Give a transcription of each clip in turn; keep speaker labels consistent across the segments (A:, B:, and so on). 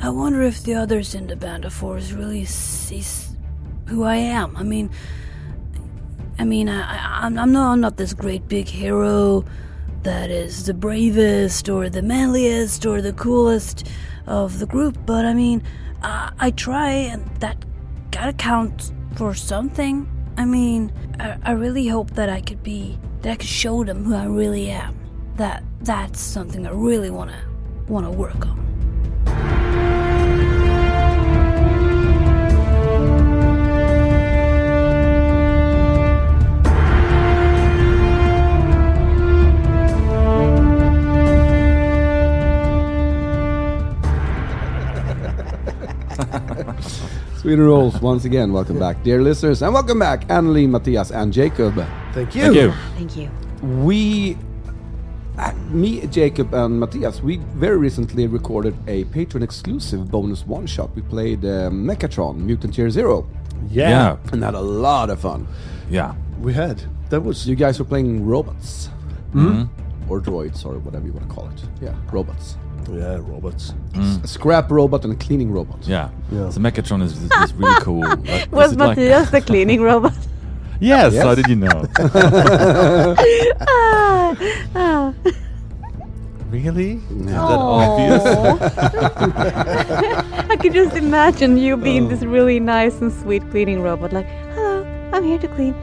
A: I wonder if the others in the band of fours really sees who I am. I mean, I mean, I, I, I'm, I'm not, I'm not this great big hero that is the bravest or the manliest or the coolest of the group, but I mean, I, I try, and that gotta count for something. I mean, I, I really hope that I could be, that I could show them who I really am. That that's something I really wanna wanna work on.
B: Sweden Rolls, once again, welcome back, dear listeners, and welcome back, Annelie, Matthias, and Jacob.
C: Thank you.
D: Thank you.
E: Thank you.
B: We, uh, me, Jacob, and Matthias, we very recently recorded a patron exclusive bonus one shot. We played uh, Mechatron, Mutant Year Zero,
C: Yeah.
D: Yeah.
B: and had a lot of fun.
D: Yeah.
C: We had. That was. Hmm?
B: You guys were playing robots,
D: Hmm?
B: or droids, or whatever you want to call it. Yeah, robots.
C: Yeah, robots.
B: A scrap robot and a cleaning robot.
D: Hmm. Yeah.
C: Yeah.
D: So Mechatron is, is, is really cool. Like, is
E: Was
D: it like-
E: Matthias the cleaning robot?
D: yes,
B: Yes.
D: How did you know?
E: Ah, ah.
D: really?
E: Aw. I could just imagine you being this really nice and sweet cleaning robot, like, hello, I'm here to clean.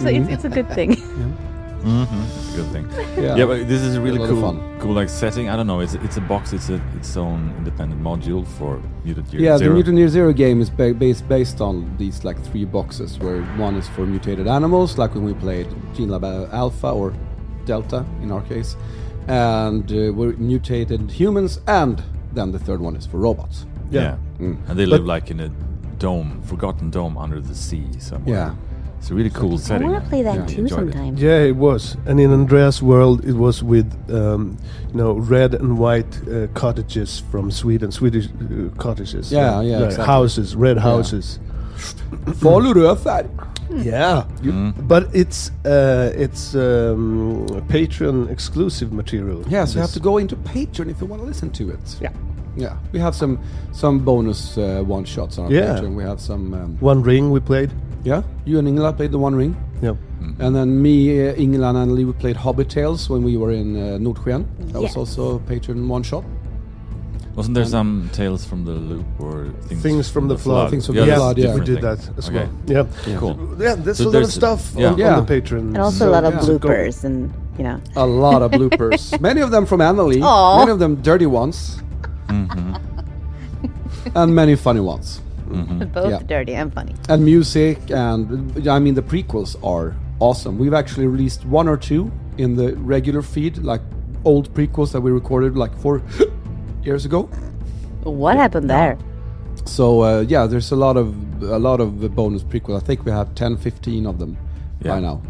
E: so it's, it's a good thing.
D: It's a Mm-hmm. good thing.
B: Yeah.
D: Yeah. but this is a really
B: lot of
D: cool,
B: fun.
D: cool like setting. I don't know. It's it's a box. It's a its own independent module for Mutant Year
B: Yeah,
D: Zero.
B: the Mutant Year Zero game is ba- based based on these like three boxes, where one is for mutated animals, like when we played Gene Lab uh, Alpha or Delta in our case, and uh, we're mutated humans, and then the third one is for robots.
D: Yeah,
C: Yeah.
D: and they live like in a dome, forgotten dome under the sea somewhere.
B: Yeah.
D: it's a really cool
E: I
D: setting.
E: want to play that
B: Yeah.
E: too
D: Enjoyed it.
E: sometime.
C: Yeah, it was. And in Andreas' world, it was with, um, you know, red and white uh, cottages from Sweden, Swedish uh, cottages.
B: Yeah, yeah,
C: Like
B: exactly.
C: Houses, red houses.
B: Hmm. Faluröfär.
E: Hmm.
C: Yeah,
B: Mm-hmm.
C: but it's uh, it's um, Patreon exclusive material.
B: Yeah, so you have
C: This-
B: to go into Patreon if you want to listen to it.
C: Yeah.
B: yeah. We have some some bonus uh, one shots on our
C: Yeah.
B: Patreon. We have some. Um,
C: One ring we played.
B: yeah, you and Ingela played the One Ring.
C: Yeah,
B: And then me, uh, Ingela, and Annelie, we played Hobbit Tales when we were in uh, Nordsken. That was
E: Yes.
B: also a patron one shot.
D: Wasn't there some tales from the loop or things,
C: things from the flood.
B: Things from
D: Yeah,
B: the
D: that's
B: flood,
D: a
B: yeah.
C: we
D: different
C: did
D: thing.
C: that as
D: Okay.
C: well. Yeah,
D: Cool.
C: yeah. There's
D: So
C: a lot of
D: there's-
C: stuff
D: yeah.
C: on,
B: Yeah.
C: on the Patreon,
E: And also
C: so-
E: a lot of
C: yeah. So go-
E: bloopers and, you know.
B: A lot of bloopers. many of them from Annelie,
E: Aw.
B: many of them dirty ones, and many funny ones.
E: Both
B: Yeah.
E: dirty and funny.
B: And music, and I mean, the prequels are awesome. We've actually released one or two in the regular feed, like old prequels that we recorded like four years ago.
E: What happened there?
B: So uh, yeah, there's a lot of a lot of bonus prequels. I think we have 10, 15 of them by
D: Yeah.
B: now.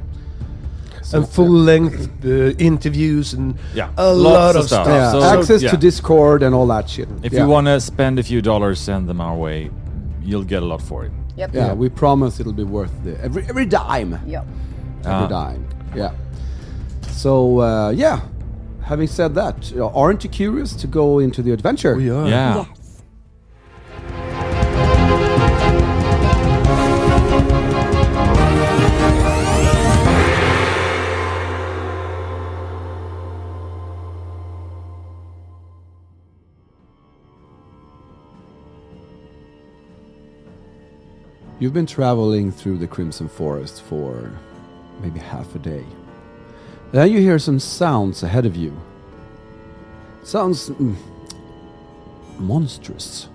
B: So,
C: and full length uh, interviews and
D: Yeah.
C: a
D: Lots
C: lot
D: of
C: of stuff.
D: stuff.
B: Yeah,
D: Oh, So-
B: access
D: yeah.
B: to Discord and all that shit.
D: If
B: Yeah.
D: you want to spend a few dollars, send them our way. You'll get a lot for it.
B: yeah, we promise it'll be worth the every every dime,
E: Yep.
B: every
D: Ah.
B: dime. Yeah. So uh, yeah, having said that, uh, aren't you curious to go into the adventure?
C: We are.
D: Yeah.
E: Yes.
B: You've been traveling through the Crimson Forest for maybe half a day. Then you hear some sounds ahead of you. Sounds mm, monstrous,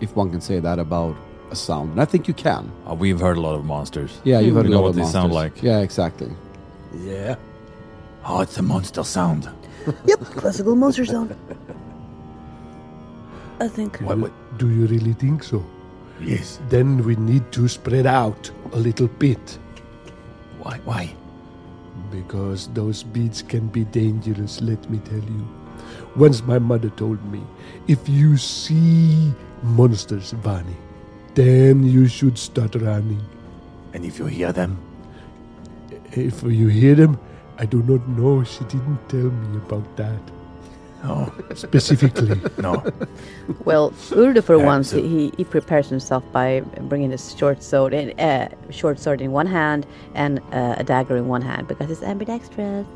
B: if one can say that about a sound. And I think you can.
D: Uh, we've heard a lot of monsters.
B: Yeah, you've heard
D: we
B: a
D: know
B: lot
D: what
B: of
D: they sound
B: monsters.
D: like.
B: Yeah, exactly.
C: yeah.
D: Oh, it's a monster sound.
A: Yep, classical monster zone. I think.
C: Why, why- do you really think so?
D: Yes.
C: Then we need to spread out a little bit
D: Why? Why?
C: because those beads can be dangerous. Let me tell you. Once my mother told me, if you see monsters, Vani, then you should start running.
D: And if you hear them,
C: If you hear them, I do not know. She didn't tell me about that.
D: No,
C: specifically.
D: no.
F: Well, Urdu for
D: Yeah,
F: once
D: so-
F: he, he prepares himself by bringing his short sword in uh, short sword in one hand and uh, a dagger in one hand because he's ambidextrous.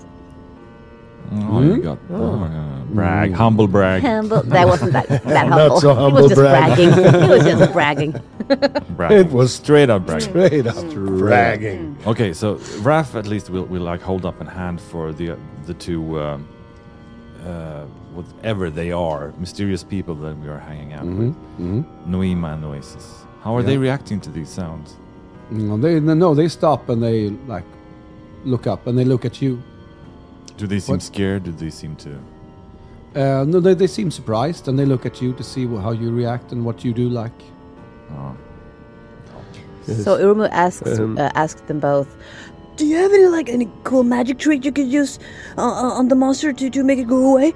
D: Oh, you got uh, brag, humble brag,
F: Humble. That wasn't that, that
C: Not
F: humble.
C: so
F: He
C: humble
F: was just
C: brag.
F: bragging. he was just bragging.
D: brag.
C: It was
D: straight up brag.
C: straight up bragging.
D: Okay, so Raf at least will, will like hold up in hand for the the two um, uh, whatever they are mysterious people that we are hanging out with, Noema and Oasis. How are they reacting to these sounds?
B: No, they no, they stop and they like look up and they look at you.
D: Do they seem
B: What?
D: scared? Do they seem to?
B: Uh, no, they, they seem surprised and they look at you to see wh- how you react and what you do like.
D: Oh.
F: So Urmu asks
C: Um,
F: uh, asks them both.
A: Do you have any like any cool magic trick you could use uh, uh, on the monster to, to make it go away?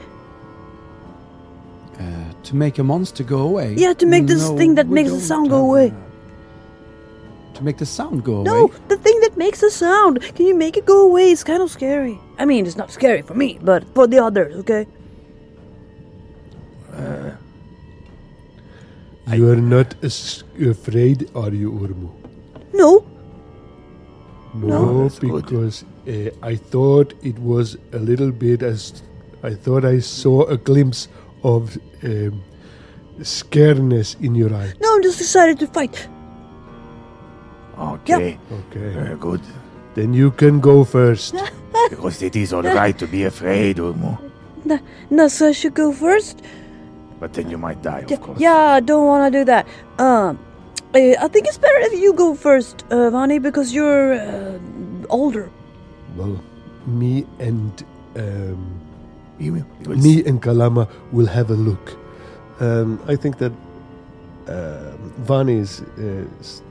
B: Uh, to make a monster go away.
A: Yeah, to make this
B: No,
A: thing that
B: we
A: makes the
B: don't
A: sound go
B: have
A: away.
B: that. To make the sound go
A: No,
B: away.
A: the thing that makes the sound. Can you make it go away? It's kind of scary. I mean, it's not scary for me, but for the others, okay?
C: You are not as afraid, are you, Urmu?
A: No.
C: No,
G: That's good.
C: because uh, I thought it was a little bit as I thought I saw a glimpse of um, scareness in your eye.
A: No, I'm just excited to fight. Mm.
G: Okay,
C: Okay,
G: very good.
C: then you can go first.
G: Because it is all right to be afraid, Urmu.
A: N- Nasa should go first.
G: But then you might die,
A: Yeah,
G: of course.
A: yeah, I don't want to do that. Um, eh, I think it's better if you go first, uh, Vani, because you're uh, older.
C: Well, me and um,
G: We will- we will
C: me and Kalama will have a look. Um, I think that um Vani is, uh, s-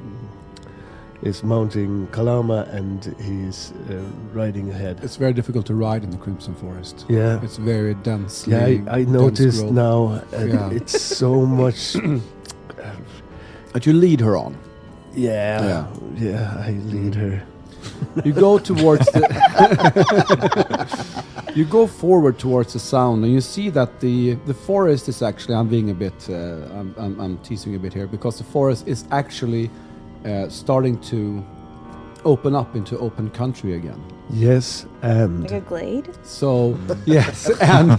C: is mounting Kalama and he's uh, riding ahead.
B: It's very difficult to ride in the Crimson Forest.
C: Yeah.
B: It's very dense.
C: Yeah, I, I noticed now. And
B: Yeah.
C: It's so much.
B: But you lead her on.
C: yeah, yeah. I
B: Mm.
C: lead her.
B: You go towards the. you go forward towards the sound, and you see that the the forest is actually. I'm being a bit. Uh, I'm, I'm, I'm teasing a bit here because the forest is actually uh, starting to open up into open country again.
C: Yes, and
E: Like a glade?
B: So yes, and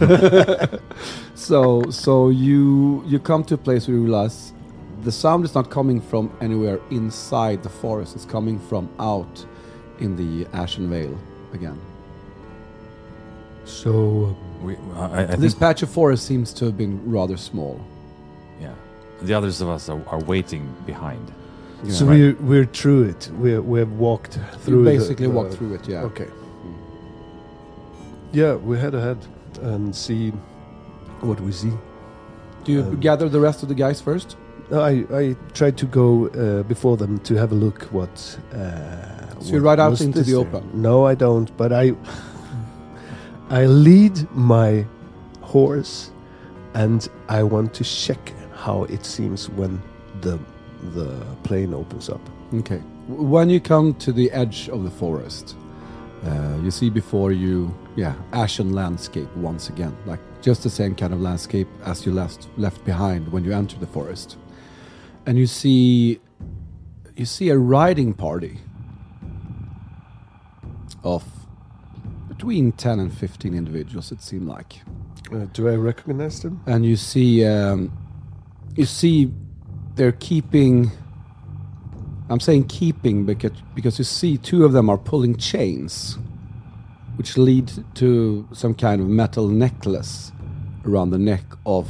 B: so so you you come to a place where you realize the sound is not coming from anywhere inside the forest. It's coming from out in the Ashen Vale again.
C: so
D: We, I, I think,
B: This patch of forest seems to have been rather small.
D: yeah, the others of us are, are waiting behind.
C: so
D: Right.
C: we're we're through it. We're we've walked through.
B: you
C: the-
B: basically
C: the-
B: walk through it, yeah.
C: Okay. Yeah, we head ahead and see what we see.
B: Do you
C: Um,
B: gather the rest of the guys first?
C: I I tried to go uh, before them to have a look what. Uh,
B: So you ride out
C: was
B: into
C: this
B: the
C: there.
B: open?
C: No, I don't. But I I lead my horse, and I want to check how it seems when the the plane opens up.
B: Okay. W- When you come to the edge of the forest, uh, you see before you, yeah, ashen landscape once again, like just the same kind of landscape as you left left behind when you entered the forest, and you see, you see a riding party of between ten and fifteen individuals. It seemed like
C: Uh, do I recognize them?
B: and you see um, you see they're keeping I'm saying keeping because because you see two of them are pulling chains which lead to some kind of metal necklace around the neck of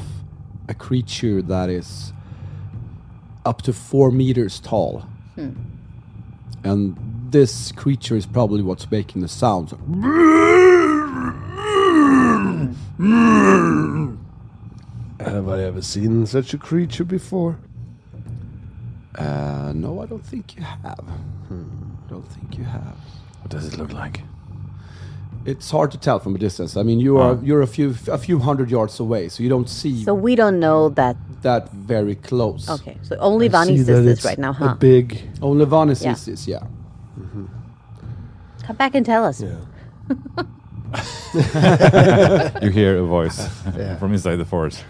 B: a creature that is up to four meters tall. And this creature is probably what's making the sounds.
C: Have I ever seen such a creature before?
B: Uh, no, I don't think you have. Hmm, Don't think you have.
D: What does it look like?
B: It's hard to tell from a distance. I mean, you are you're a few a few hundred yards away, so you don't see
F: So we don't know that.
B: that very close.
F: Okay, so only
C: I
F: Vani
C: see
F: sees
C: that
F: this
C: it's
F: right now,
C: A
F: huh?
C: big.
B: Only Vanis
F: Yeah.
B: sees this, yeah.
F: Come back and tell us.
C: Yeah.
D: you hear a voice
C: Yeah.
D: from inside the forest.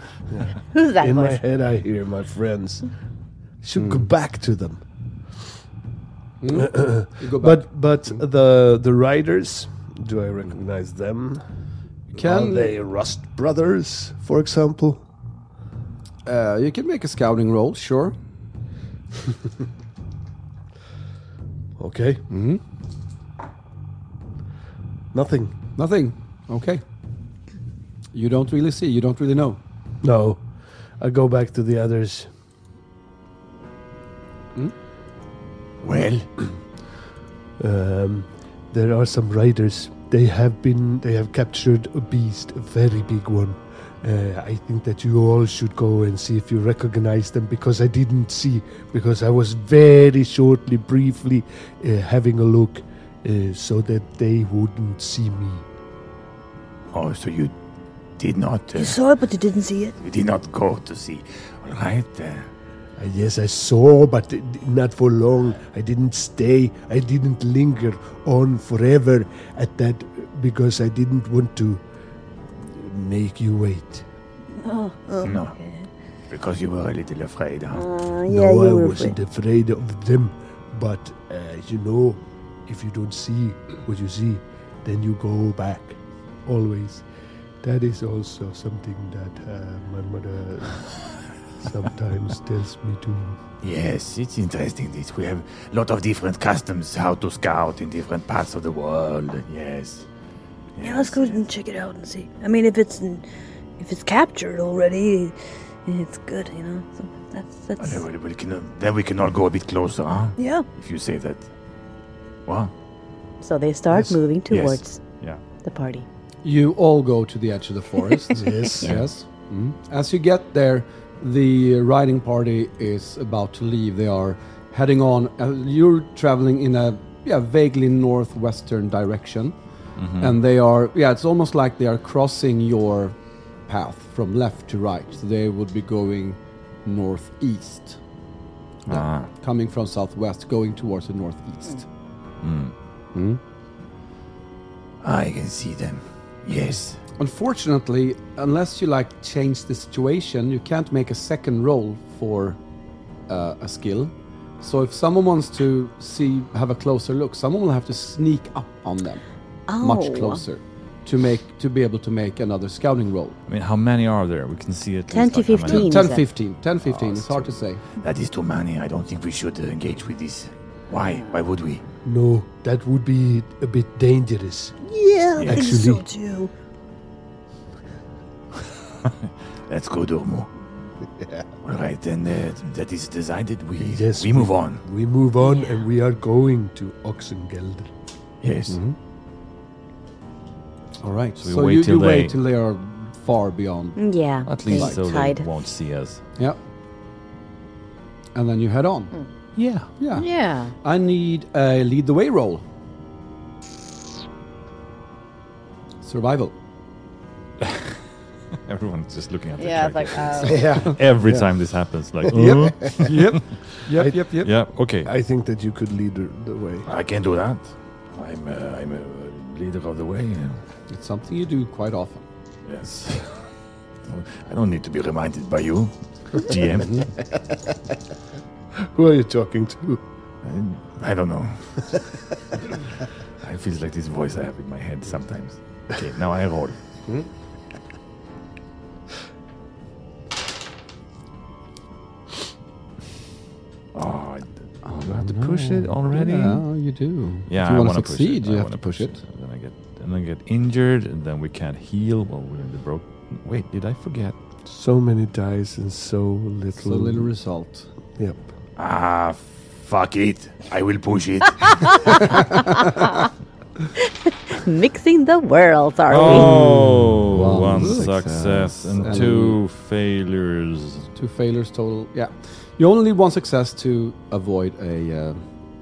F: Who's that
C: In my
F: voice?
C: head, I hear my friends. Should go back to them.
B: You go back.
C: But but the the riders, do I recognize them? Are
B: Can-
C: they Rust Brothers, for example?
B: uh, you can make a scouting roll, sure.
C: Okay. Mm-hmm. Nothing.
B: Nothing. Okay. You don't really see. You don't really know.
C: No. I go back to the others.
G: Well,
C: Um, there are some riders. They have been. They have captured a beast, a very big one. Uh, I think that you all should go and see if you recognize them because I didn't see because I was very shortly, briefly uh, having a look uh, so that they wouldn't see me.
G: oh, so you did not, uh,
A: You saw it, but you didn't see it.
G: you did not go to see. All right. Uh,
C: Uh, yes, I saw, but it- not for long. I didn't stay. I didn't linger on forever at that because I didn't want to make you wait.
A: Oh,
G: no, because you were a little afraid, huh?
F: Uh, yeah,
C: no,
F: you
C: I
F: were
C: wasn't afraid of them. But uh, you know, if you don't see what you see, then you go back. Always. That is also something that uh, my mother sometimes tells me to.
G: Yes, it's interesting. This we have a lot of different customs how to scout in different parts of the world. and Yes.
A: Yeah, let's go and check it out and see. I mean, if it's if it's captured already, it's good, you know. So that's that's
G: Okay, well, we can, uh, then we can all go a bit closer, huh?
A: yeah.
G: If you say that. Well,
F: So they start
C: Yes.
F: moving
G: Yes.
F: towards
D: Yeah.
F: the party.
B: You all go to the edge of the forest.
C: Yes.
B: Yes. Mm. As you get there, the riding party is about to leave. They are heading on. Uh, you're traveling in a yeah, vaguely northwestern direction. And they are, yeah, it's almost like they are crossing your path from left to right. So they would be going northeast,
D: Ah.
B: coming from southwest, going towards the northeast.
G: I can see them. Yes.
B: Unfortunately, unless you like change the situation, you can't make a second roll for uh, a skill. So if someone wants to see, have a closer look, someone will have to sneak up on them, much
F: Ow.
B: closer, to make to be able to make another scouting roll.
D: I mean, how many are there? We can see at
F: 10
D: least,
F: to
D: like, how many-
F: 15.
B: 10,
F: that?
B: 15, 10,
D: Oh,
B: 15. it's hard to say.
G: That is too many. I don't think we should uh, engage with this. Why? Why would we?
C: No, that would be a bit dangerous.
A: Yeah, I think so
C: Actually-
A: too.
G: Let's go, Dormo. All right, then uh, that is decided. We
C: Yes,
G: we move on.
C: We move on and we are going to Oxengelder.
G: Yes.
B: All right.
D: we
B: So
D: wait
B: you,
D: till
B: you
D: they-
B: wait till they are far beyond.
F: Mm, Yeah.
D: At least so they
F: hide.
D: won't see us.
B: Yeah. And then you head on.
D: Yeah.
B: Yeah.
F: Yeah.
B: I need a lead the way roll. Survival.
D: Everyone's just looking at the
F: Yeah, it's like,
D: calculator.
F: uh,
C: Yeah.
D: Every time this happens, like, uh,
B: yep.
C: Yep,
B: yep, yep.
D: yeah, okay.
C: I think that you could lead the- the way.
G: I can do that. I'm uh, I'm a leader of the way. you know.
B: It's something you do quite often.
G: Yes. I don't need to be reminded by you, GM.
C: Who are you talking to?
G: I, I don't know. I feel like this voice I have in my head sometimes. Okay, now I roll.
B: Hmm?
G: Oh, I d-
D: Do I have to push it already?
B: Yeah, you do.
D: Yeah,
B: if you
D: I
B: want to
D: wanna push
B: succeed,
D: it.
B: you
D: I
B: have
D: wanna
B: to push it.
D: And then I get and then I get injured, and then we can't heal. Well, we're in the broke. Wait, did I forget?
C: So many dice and so
B: It's
C: little.
B: a little result.
C: Yep.
G: ah, fuck it. I will push it.
F: Mixing the worlds, are
D: Oh,
B: One
D: one
B: success
D: success, and,
B: and-
D: two failures.
B: Two failures total. Yeah. You only need one success to avoid a uh,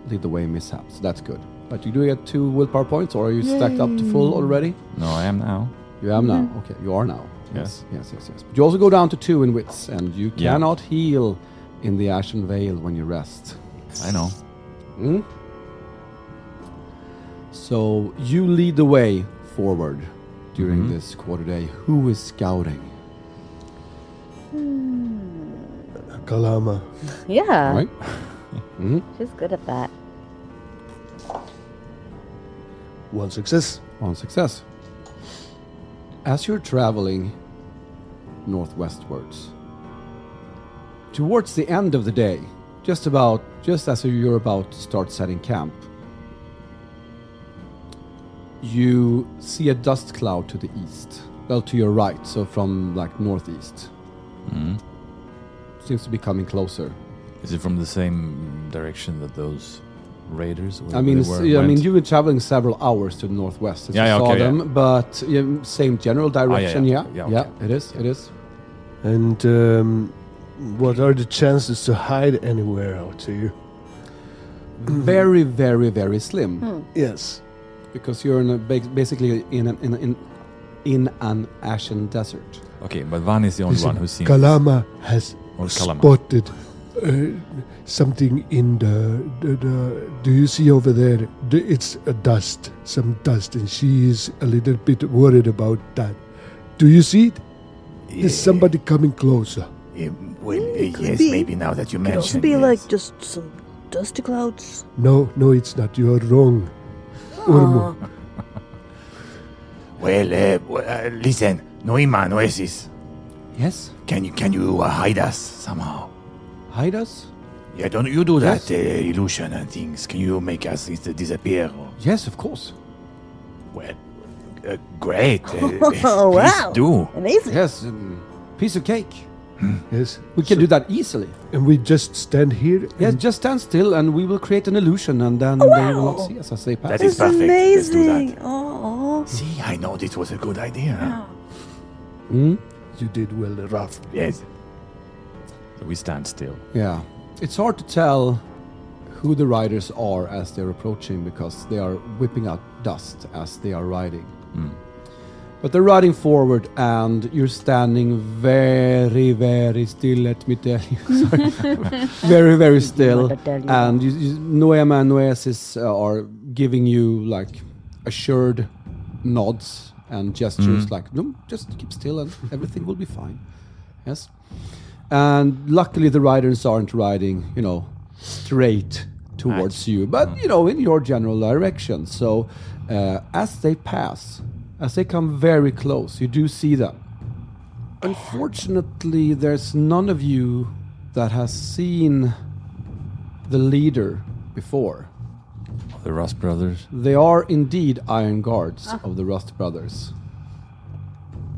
B: lead the way mishap. So that's good. But you do get two willpower points, or are you stacked up to full already?
D: No, I am now.
B: You am now. Okay, you are now. Yes, yes, yes. But you also go down to two in wits, and you
D: Yeah.
B: cannot heal in the Ashen Vale when you rest.
D: I know.
B: So you lead the way forward during this quarter day? Who is scouting?
C: Kalama.
F: Yeah,
B: Right?
F: she's good at that.
C: One success.
B: on success. As you're traveling northwestwards, towards the end of the day, just about just as you're about to start setting camp, you see a dust cloud to the east. Well, to your right, so from like northeast. Seems to be coming closer.
D: Is it from the same direction that those raiders? Were,
B: I mean,
D: they
B: it's-
D: were,
B: yeah, I
D: went?
B: mean, you've been traveling several hours to the northwest. As
D: Yeah,
B: you
D: yeah,
B: saw
D: okay, yeah.
B: them, but yeah, same general direction.
D: yeah.
B: yeah,
D: Yeah,
B: yeah,
D: okay.
B: it is. It is.
C: And um, what are the chances to hide anywhere out here?
B: Very, very, very slim
C: Yes.
B: because you're in a, ba- basically in an in, a- in in an ashen desert.
D: okay, but Van is the only
C: Listen,
D: one who's seen.
C: Kalama has
D: Or Kalama.
C: spotted uh, something in the, the, the. Do you see over there? The- It's a dust, some dust, and she is a little bit worried about that. Do you see it? Is somebody coming closer?
G: Eh, well, eh,
A: it could
G: yes,
A: be.
G: maybe now that you
A: Could
G: mention
A: also be
G: yes.
A: like just some dusty clouds.
C: No, no, it's not. You are wrong. Urmo.
G: Well, eh, well, uh, listen, Noima, Noesis,
B: Yes,
G: can you can you uh, hide us somehow?
B: hide us.
G: Yeah, don't you do that
B: Yes.
G: uh, illusion and things? Can you make us inst- disappear? Or,
B: Yes, of course.
G: well, uh, great. Uh,
A: Oh,
G: please
A: wow.
G: do.
A: Amazing.
B: Yes, um, piece of cake.
C: Yes.
B: We can do that easily.
C: And we just stand here.
B: Yes,
C: and-
B: just stand still, and we will create an illusion, and then they will not
A: wow.
B: see us as they pass.
G: That
A: This
G: is
A: is
G: perfect. Let's do that.
A: amazing. Oh,
G: See, I know this was a good idea.
B: Mm?
C: you did well, Ralph.
G: Yes.
D: We stand still.
B: Yeah, it's hard to tell who the riders are as they're approaching because they are whipping out dust as they are riding. But they're riding forward, and you're standing very, very still. Let me tell you, Sorry. very, very still.
F: Let me tell you.
B: And you, you, Noema and Noesis uh, are giving you like assured nods and gestures, like no, just keep still, and everything will be fine. Yes. And luckily, the riders aren't riding, you know, straight towards you, but you know, in your general direction. So, uh, as they pass, as they come very close, you do see them. Unfortunately, there's none of you that has seen the leader before.
D: The Ross brothers.
B: They are indeed Iron Guards of the Rust Brothers.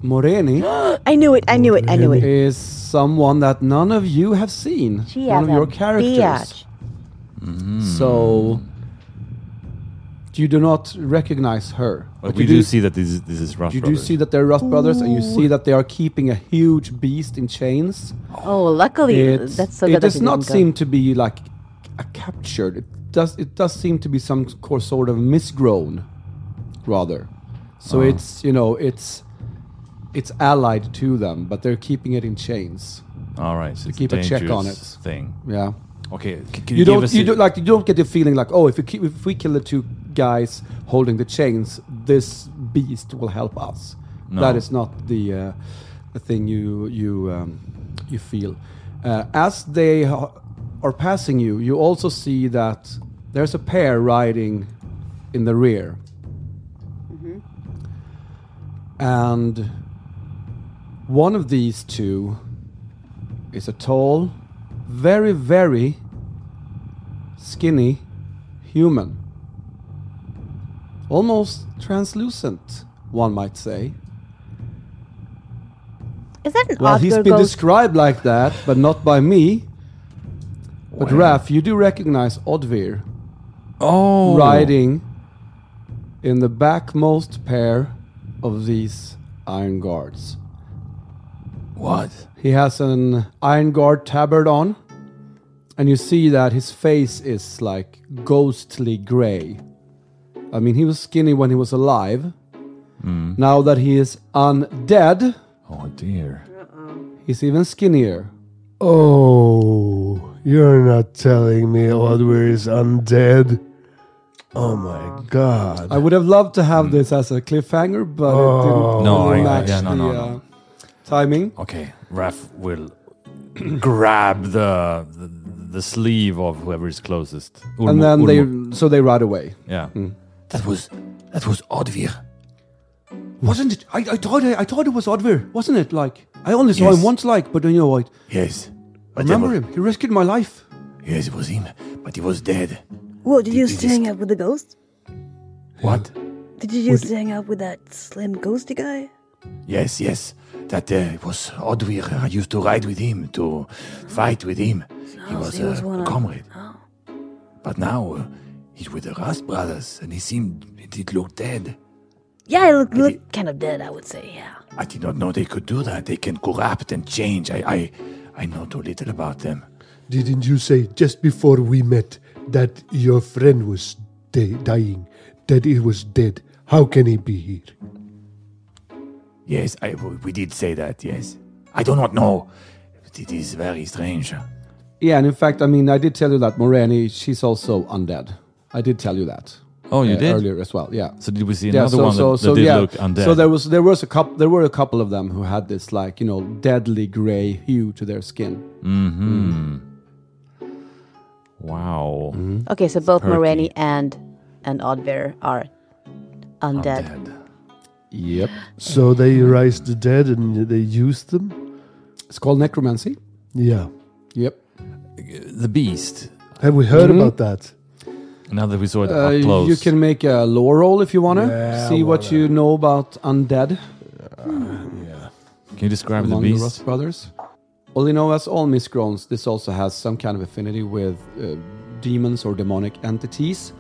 B: Moreni.
E: I knew it. I knew it. I knew it.
B: is someone that none of you have seen.
F: She
B: one
F: has
B: of
F: a
B: your characters.
F: biatch.
D: Hmm.
B: So you do not recognize her.
D: But
B: you
D: we do see that this is, this is Ross
B: you do
D: brothers.
B: see that they're Roth brothers, and you see that they are keeping a huge beast in chains.
F: Oh, luckily
B: It's-
F: that's so
B: it
F: good. that
B: does
F: she
B: not
F: didn't go.
B: seem to be like a captured. It does. It does seem to be some core sort of misgrown, rather. So
D: Ah.
B: it's you know it's it's allied to them, but they're keeping it in chains.
D: All right, so it's
B: keep a check on
D: dangerous
B: it.
D: Thing.
B: Yeah.
D: Okay, c- can
B: you
D: give
B: don't
D: us
B: you
D: a-
B: don't like you don't get the feeling like oh if we keep, if we kill the two guys holding the chains this beast will help us
D: No.
B: that is not the uh, the thing you you um, you feel uh, as they ha- are passing you you also see that there's a pair riding in the rear and one of these two is a tall, very, very skinny human. Almost translucent, one might say.
F: Is that an
B: Well,
F: odd
B: he's
F: girl
B: been
F: ghost?
B: described like that, but not by me. But Raf, you do recognize Odvir
D: oh
B: riding in the backmost pair of these iron guards.
G: What?
B: He has an iron guard tabard on, and you see that his face is like ghostly gray. I mean, he was skinny when he was alive.
D: Hmm.
B: Now that he is undead,
D: Oh dear.
B: he's even skinnier.
C: Oh, you're not telling me Odwir is undead. Oh my god.
B: I would have loved to have this as a cliffhanger, but it didn't
D: Hmm. Oh. No,
B: really
D: I-
B: match
D: yeah, no,
B: the
D: no, no.
B: uh, timing.
D: Okay, Raph will grab the, the the sleeve of whoever is closest.
B: And
D: Ulmo-
B: then
D: Ulmo-
B: they, Mm. so they ride away.
D: yeah.
G: That was that was Odvir.
B: Wasn't it? I, I thought I, I thought it was Odvir, wasn't it? Like I only saw him
G: Yes.
B: once, like, but you know what? I
G: Yes. But they
B: remember
G: were-
B: him. He rescued my life.
G: Yes, it was him, but he was dead.
A: What did you
G: Did
A: used to
G: you
A: hang out with the ghost?
G: What?
A: Did you used to hang out with that slim ghosty guy?
G: Yes, yes. That uh, it was Odvir. I used to ride with him, to fight with him. he
A: Oh,
G: was,
A: so he was
G: a,
A: one
G: a
A: of-
G: comrade.
A: Oh.
G: But now uh, he's with the Rust brothers, and he seemed it did look dead.
A: Yeah, he looked, looked kind of dead, I would say, yeah.
G: I did not know they could do that. They can corrupt and change. I, I, I know too little about them.
C: Didn't you say just before we met that your friend was de- dying, that he was dead? How can he be here?
G: Yes, I, we did say that. Yes, I do not know. It is very strange.
B: Yeah, and in fact, I mean, I did tell you that Moreni, she's also undead. I did tell you that
D: Oh, you
B: uh,
D: did.
B: earlier as well. Yeah.
D: So did we see
B: Yeah,
D: another one that, that did look undead?
B: So there was there was a couple there were a couple of them who had this like you know deadly gray hue to their skin.
D: hmm Wow.
B: Mm-hmm.
F: Okay, so both
D: Perky.
F: Moreni and and Oddbear are undead.
B: Yep,
C: So they raised the dead and they used them?
B: it's called necromancy.
C: Yeah.
B: Yep,
D: The beast.
C: Have we heard
B: Mhm.
C: about that?
D: Now that we saw it
B: uh,
D: up close,
B: you can make a lore roll if you wanna see what you know about undead
D: Can you describe the
B: among the,
D: beast?
B: Rust brothers. Well, you know, as all miscrones, this also has some kind of affinity with uh, demons or demonic entities.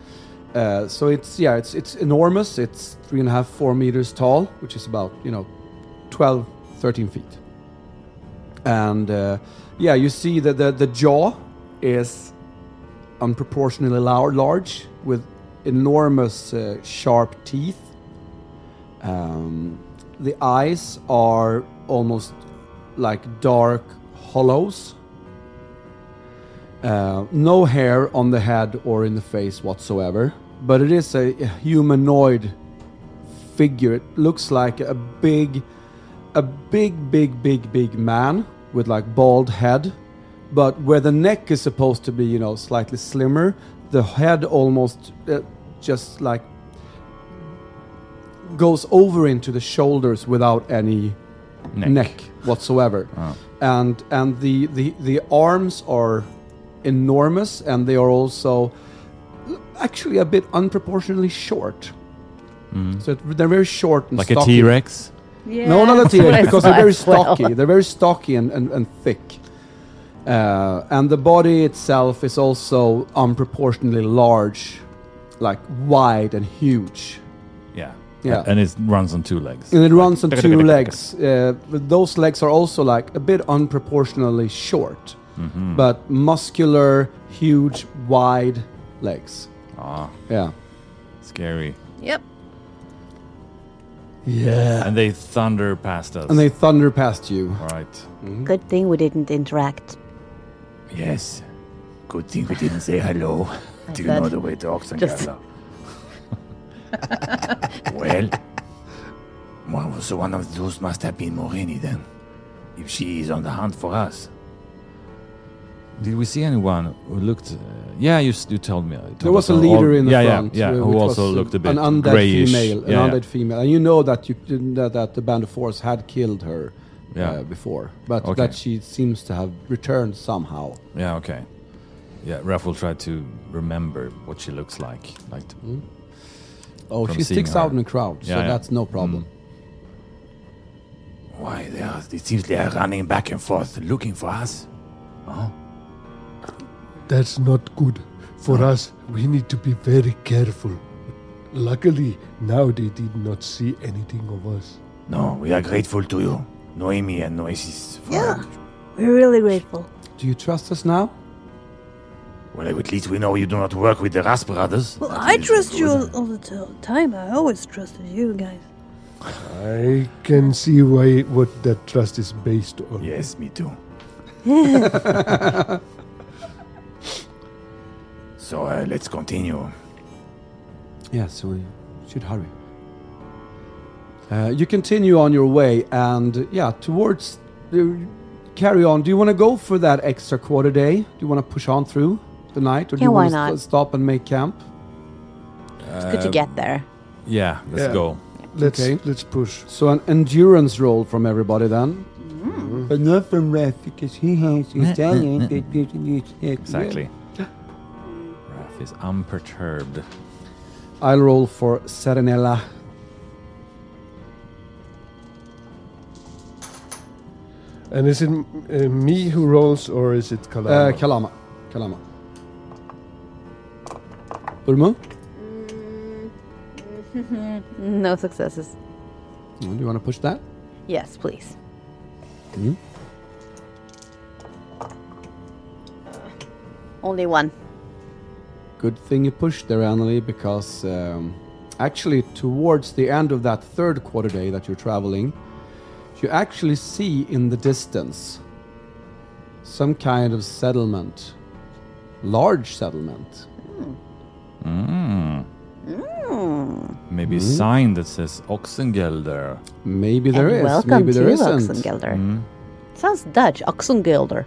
B: Uh, so it's yeah, it's it's enormous. It's three and a half, four meters tall, which is about you know 12, 13 feet. And uh, yeah, you see that the, the jaw is unproportionately lar- large with enormous uh, sharp teeth. Um, the eyes are almost like dark hollows. Uh, no hair on the head or in the face whatsoever, but it is a humanoid figure. It looks like a big, a big, big, big, big man with like bald head, but where the neck is supposed to be, you know, slightly slimmer, the head almost uh, just like goes over into the shoulders without any neck, whatsoever.
D: Ah.
B: And and the, the the arms are enormous and they are also actually a bit unproportionately short. So it- they're very short and
D: Mm. like a
B: stocky.
D: T Rex.
E: Yeah.
B: No, not a T-Rex
F: I
B: because they're
F: thought
B: very
F: as well.
B: stocky. They're very stocky and, and, and thick. Uh, and the body itself is also unproportionately large, like wide and huge.
D: Yeah.
B: Yeah.
D: And it runs on two legs.
B: And it runs on two legs. Uh, but those legs are also like a bit unproportionally short, but muscular, huge, wide legs.
D: Ah,
B: Yeah.
D: scary.
F: Yep.
C: Yeah.
D: And they thunder past us.
B: And they thunder past you.
D: All right.
F: Good thing we didn't interact.
G: Yes. Good thing we didn't say hello. Do you
F: said-
G: know the way to
F: just-
G: Oxengala? well, well, so one of those must have been Morini then, if she is on the hunt for us.
D: Did we see anyone who looked? Uh, yeah, you s- you told me. you told
B: There was
D: us
B: a
D: all-
B: leader
D: all-
B: in the
D: yeah,
B: front.
D: Yeah, yeah,
B: uh,
D: who
B: which
D: also
B: was, uh,
D: looked a
B: an
D: bit
B: undead
D: grayish.
B: female,
D: yeah,
B: an undead female, and you know that you that, that the band of force had killed her
D: Yeah.
B: uh, before, but
D: Okay.
B: that she seems to have returned somehow.
D: yeah. yeah, okay. Yeah, Raph will try to remember what she looks like. Like, to-
B: Hmm? Oh,
D: From
B: she
D: seeing
B: sticks out
D: her.
B: in the crowd, so
D: Yeah, Mm. yeah.
B: that's no problem.
G: Why, they are, it seems they are running back and forth looking for us.
C: That's not good. For us, we need to be very careful. Luckily, now they did not see anything of us.
G: No, we are grateful to you, Noemi and Noesis. For
A: Yeah. We're really grateful.
B: Do you trust us now?
G: Well, at least we know you do not work with the Ras brothers.
A: Well,
G: That
A: I
G: is
A: trust you
G: good.
A: all, all the t- time. I always trusted you guys.
C: I can see why what that trust is based on.
G: Yes, me too. so uh, let's continue.
B: Yeah, so we should hurry. Uh, you continue on your way, and yeah, towards the carry on. Do you want to go for that extra quarter day? Do you want to push on through the night, or do
F: Yeah,
B: you
F: why
B: want to
F: not?
B: stop and make camp?
F: It's good
B: Um,
F: to get there.
D: Yeah, let's
C: Yeah.
D: go.
C: Let's
B: Okay.
C: let's push.
B: So an endurance roll from everybody then.
H: But not from Raph because he has his talent that doesn't exist.
D: Exactly. Raph is unperturbed.
B: I'll roll for Serenella.
C: And is it uh, me who rolls or is it
B: Uh,
C: Kalama?
B: Kalama. Kalama. Urmo?
F: No successes.
B: Do you want to push that?
F: Yes, please.
B: You?
F: Only one.
B: Good thing you pushed there, Annalie, because um, actually, towards the end of that third quarter day that you're traveling, you actually see in the distance some kind of settlement, large settlement.
D: Maybe
B: Hmm?
D: a sign that says Oxengelder.
B: Maybe there
F: And
B: is.
F: welcome
B: maybe there
F: to
B: isn't.
F: Oxengelder.
A: Mm-hmm.
F: Sounds Dutch. Oxengelder.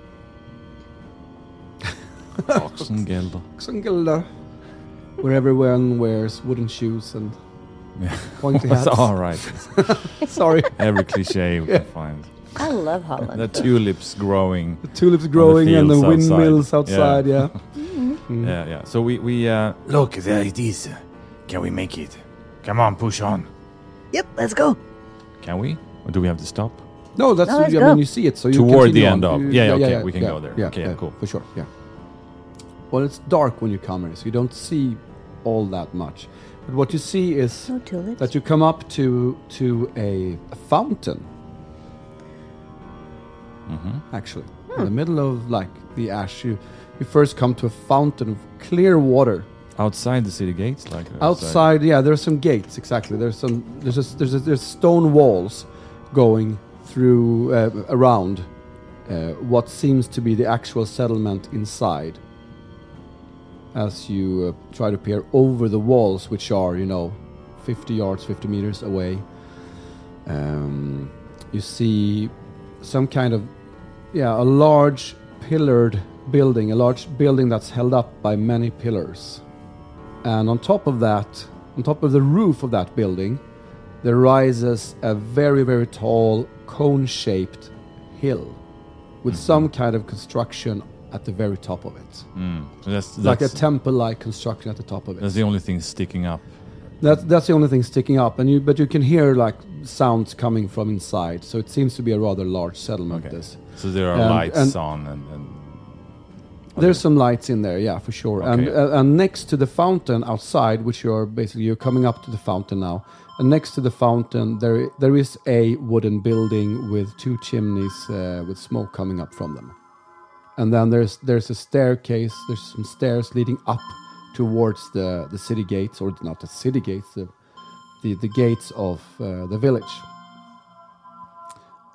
D: Oxengelder.
B: Oxengelder, uh, where everyone wears wooden shoes and
D: Yeah.
B: pointy
D: That's
B: hats.
D: all right.
B: Sorry,
D: Every cliche we can find.
F: I love Holland.
D: The tulips growing.
B: tulips growing and the
D: fields
B: windmills
D: outside. Yeah.
B: outside. Yeah. Mm-hmm.
D: Yeah, yeah. So we we uh,
G: Look, there it is. Can we make it? Come on, push on.
F: Yep, let's go.
D: can we? Or do we have to stop?
B: No, that's
F: No,
B: I
F: let's go.
B: mean you see it, so you
D: Toward
B: continue
D: the
B: on.
D: end of-
B: You-
D: yeah, okay, we can go there.
B: Yeah,
D: Okay,
B: yeah,
D: cool.
B: for sure. Yeah. Well, it's dark when you come here, so you don't see all that much. But what you see is
F: No tulips.
B: that you come up to to a, a fountain,
D: Mm-hmm.
B: actually,
F: Hmm.
B: in the middle of like the ash. You, you first come to a fountain of clear water.
D: Outside the city gates, like uh, outside.
B: Outside, yeah, there's some gates. Exactly, there's some there's just there's there's stone walls going through uh, around uh, what seems to be the actual settlement inside. As you uh, try to peer over the walls, which are you know, 50 yards, 50 meters away, um, you see some kind of yeah a large pillared building, a large building that's held up by many pillars. And on top of that, on top of the roof of that building, there rises a very, very tall cone shaped hill with
D: Mm-hmm.
B: some kind of construction at the very top of it.
D: So that's, Mm-hmm. that's,
B: Like a temple like construction at the top of
D: that's
B: it.
D: the only thing sticking up.
B: That, that's the only thing sticking up. And you, but you can hear like sounds coming from inside. So it seems to be a rather large settlement.
D: Okay.
B: This.
D: So there are
B: And-
D: lights
B: and-
D: on and, and
B: There's some lights in there, yeah, for sure. And
D: Okay.
B: uh, and next to the fountain outside, which you're basically you're coming up to the fountain now. And next to the fountain, there there is a wooden building with two chimneys uh, with smoke coming up from them. And then there's there's a staircase. There's some stairs leading up towards the the city gates, or not the city gates, the the, the gates of uh, the village.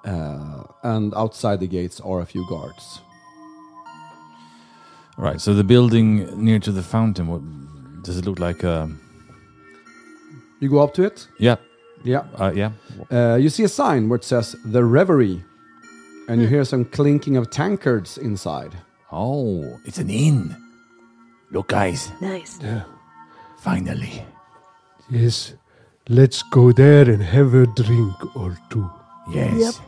B: Uh, and outside the gates are a few guards.
D: right. So the building near to the fountain. What does it look like? Uh,
B: You go up to it.
D: yeah,
B: Yeah.
D: uh, yeah.
B: Uh, you see a sign where it says The Reverie, and you hear some clinking of tankards inside.
D: Oh,
G: It's an inn. Look, guys,
F: nice.
G: finally.
C: Yes. Let's go there and have a drink or two.
G: Yes.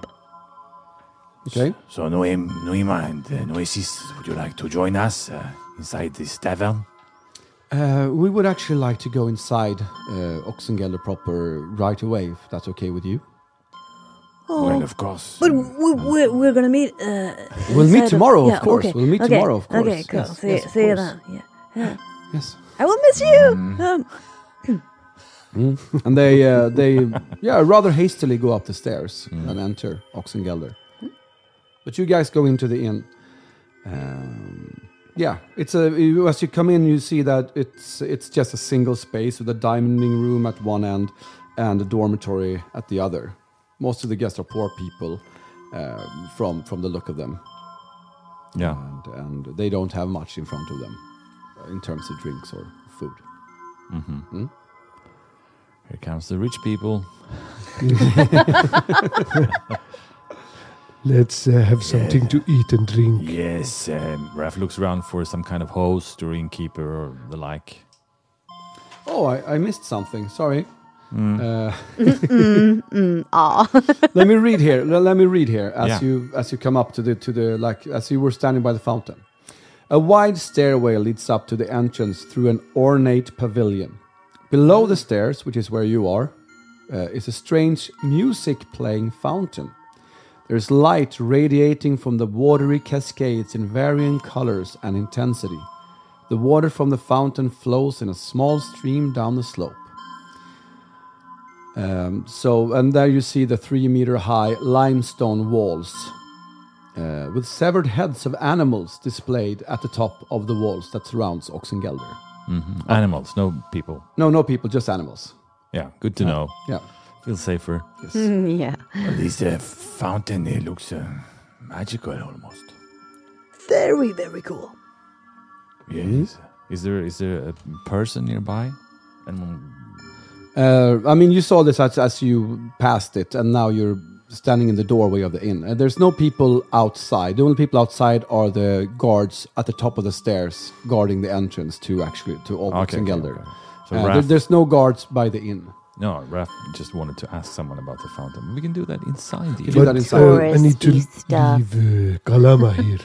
B: Okay?
G: So, Noem, Noema and uh, Noesis, would you like to join us uh, inside this tavern?
B: Uh, we would actually like to go inside uh, Oxengelder proper right away, if that's okay with you.
A: Oh.
G: Well, of course.
A: But we, we're, we're gonna meet. Uh,
B: We'll meet
A: inside
B: tomorrow, of
A: yeah,
B: course.
A: okay,
B: We'll meet
A: okay,
B: tomorrow, of course.
A: Okay, cool.
B: Yes,
A: see
B: yes, of
A: see you
B: course. Mm.
A: then. Yeah. yeah.
B: Yes.
A: I will miss you. Um,
B: And they, uh, they, yeah, rather hastily go up the stairs and enter Oxengelder. But you guys go into the inn. Um, yeah, it's a. you- As you come in, you see that it's it's just a single space with a dining room at one end and a dormitory at the other. Most of the guests are poor people, uh, from from the look of them,
D: yeah.
B: and and they don't have much in front of them uh, in terms of drinks or food.
D: Mm-hmm. Here comes the rich people.
C: Let's uh, have something to eat and drink.
D: Yes, um, Raf looks around for some kind of host or innkeeper or the like.
B: Oh, I, I missed something. Sorry. Uh,
F: Aw.
B: let me read here. Let, let me read here as
D: Yeah.
B: you as you come up to the to the like as you were standing by the fountain. A wide stairway leads up to the entrance through an ornate pavilion. Below the stairs, which is where you are, uh, is a strange music playing fountain. There's light radiating from the watery cascades in varying colors and intensity. The water from the fountain flows in a small stream down the slope. Um, so, and there you see the three meter high limestone walls uh, with severed heads of animals displayed at the top of the walls that surrounds Oxengelder.
D: Animals, no people.
B: No, no people, just animals.
D: Yeah, good to know.
B: Yeah.
D: Feel safer.
B: Hmm.
F: yeah.
G: This uh, fountain it looks uh, magical almost.
A: Very, very cool.
G: Yes.
D: Is there is there a person nearby? And
B: Uh, I mean, you saw this as, as you passed it, and now you're standing in the doorway of the inn. And there's no people outside. The only people outside are the guards at the top of the stairs guarding the entrance to actually to all
D: Okay, okay,
B: Oxengelder.
D: okay. So
B: Uh, there-
D: Raf-
B: there's no guards by the inn.
D: no, Raf just wanted to ask someone about the fountain. We can do that inside. the
B: Can
D: inn.
B: do that inside.
C: uh, I need to
F: Touristy stuff.
C: leave uh, Kalama here.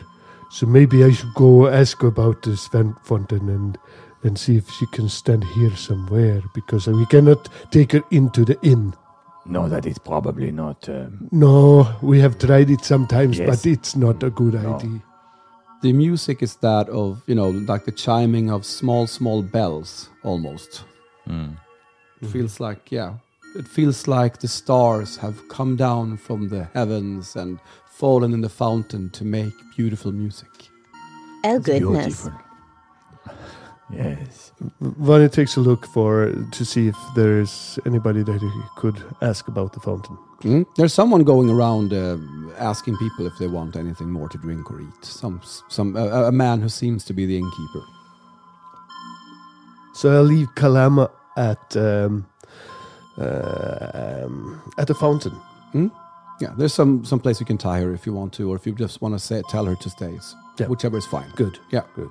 C: So maybe I should go ask her about this fan- fountain and then see if she can stand here somewhere because we cannot take her into the inn.
G: No, that is probably not. Um,
C: No, we have tried it sometimes,
G: Yes.
C: but it's not a good
G: No.
C: idea.
B: The music is that of, you know, like the chiming of small, small bells almost.
D: Mm.
B: It feels like, yeah, it feels like the stars have come down from the heavens and fallen in the fountain to make beautiful music.
F: Oh, goodness.
G: beautiful. yes.
C: Vanya takes a look for to see if there's anybody that he could ask about the fountain.
B: Mm? There's someone going around uh, asking people if they want anything more to drink or eat. Some, some, a a man who seems to be the innkeeper.
C: So I leave Kalama at um, um, at the fountain.
B: Yeah, there's some, some place you can tie her if you want to, or if you just want to say, tell her to stay. It's-
C: Yeah.
B: Whichever is fine.
C: Good.
B: Yeah.
C: Good.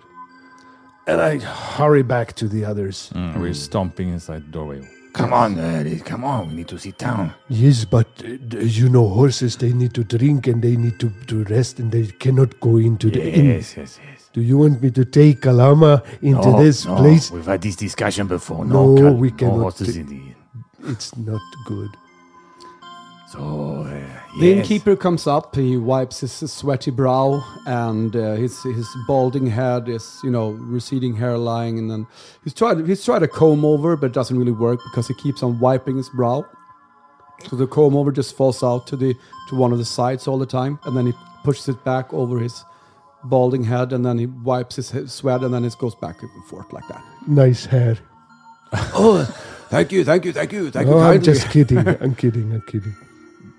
C: And I hurry back to the others.
D: Mm, We're stomping inside the doorway.
G: Come on, uh, come on. We need to sit down.
C: Yes, but uh, d- you know, horses, they need to drink and they need to, to rest and they cannot go into the inn.
G: Yes, yes, yes.
C: Do you want me to take Kalama into
G: No,
C: this
G: no,
C: place?
G: We've had this discussion before. No,
C: No,
G: cal-
C: we cannot
G: No horses
C: do-
G: in the inn.
C: It's not good.
G: So, uh, yes.
B: The innkeeper comes up. He wipes his sweaty brow, and uh, his his balding head is you know receding hairline, and then he's tried he's tried a comb over, but it doesn't really work because he keeps on wiping his brow. So the comb over just falls out to the to one of the sides all the time, and then he pushes it back over his balding head, and then he wipes his he- sweat, and then it goes back and forth like that.
C: Nice hair.
B: Oh, thank you, thank you, thank you, thank
C: No, Oh, I'm just kidding. I'm kidding. I'm kidding.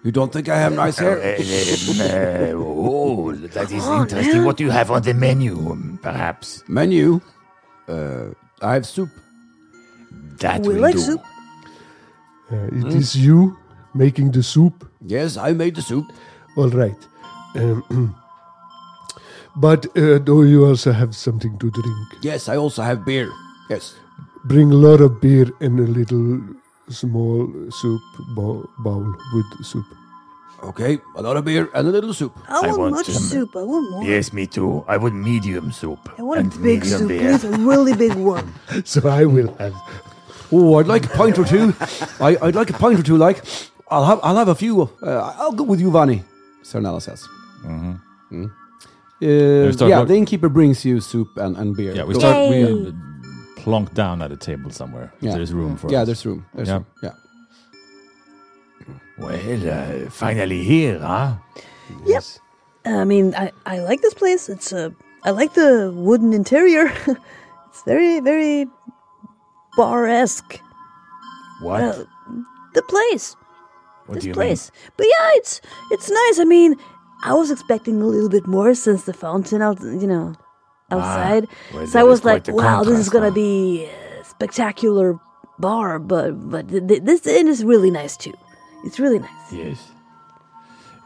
B: You don't think I have nice
G: Uh, uh, uh, oh, that is interesting. What do you have on the menu, um, perhaps?
B: Menu. Uh, I have soup.
G: That
A: We
G: will
A: like
G: do.
A: soup.
C: Uh, it
B: Hmm.
C: is you making the soup.
B: Yes, I made the soup.
C: All right. Um, but uh, do you also have something to drink?
B: Yes, I also have beer. Yes.
C: Bring a lot of beer and a little small soup bowl, bowl with soup.
B: Okay, a lot of beer and a little soup.
A: I,
G: I
A: want,
G: want
A: much
G: some-
A: soup. I want more.
G: Yes, me too. I would medium soup.
A: I want a
G: and
A: big
G: medium
A: soup,
G: beer.
A: please. A really big one.
C: So I will have.
B: Oh, I'd like a pint or two. I, I'd like a pint or two. Like, I'll have I'll have a few. Uh, I'll go with you, Vanni. Cernella says. Mm.
D: We
B: Uh,
D: Mm-hmm. start
B: yeah,
D: look-
B: the innkeeper brings you soup and, and beer.
D: Yeah, we
B: Go-
D: start. We uh, plonk down at a table somewhere. if
B: Yeah.
D: There's room for
B: Yeah,
D: us.
B: there's room. There's
D: Yeah.
B: room. Yeah.
G: Well, uh, finally here, huh?
C: Yes.
A: I mean, I, I like this place. It's uh, I like the wooden interior. it's very very bar esque.
G: What?
A: Uh, the place,
G: what
A: this
G: do you
A: place. But yeah, it's it's nice. I mean, I was expecting a little bit more since the fountain out, you know, outside.
G: Ah, well,
A: so I
G: that
A: was
G: is quite
A: like,
G: the
A: wow, this is
G: contrast,
A: gonna
G: huh?"
A: be a spectacular bar, but but th- th- this inn is really nice too. It's really nice.
G: Yes.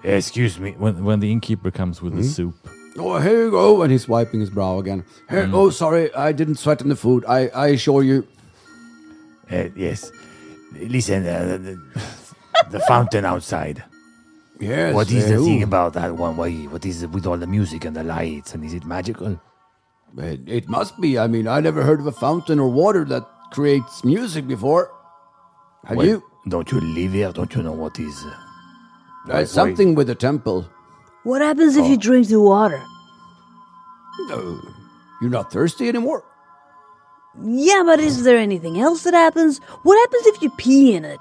D: Excuse me. When when the innkeeper comes with the soup,
B: Oh, here you go. And he's wiping his brow again. Here,
D: Mm.
B: Oh, sorry, I didn't sweaten the food. I, I assure you.
G: Uh, yes. Listen, uh, the, the fountain outside.
B: Yes.
G: What is
B: eh,
G: the thing
B: ooh.
G: about that one? Why? What is it with all the music and the lights? And is it magical?
B: It, it must be. I mean, I never heard of a fountain or water that creates music before. Have
G: Well,
B: you?
G: Don't you live here? Don't you know what is? uh,
B: Uh, something with a temple.
A: What happens
G: Oh.
A: if you drink the water?
B: No. You're not thirsty anymore?
A: Yeah, but is there anything else that happens? What happens if you pee in it?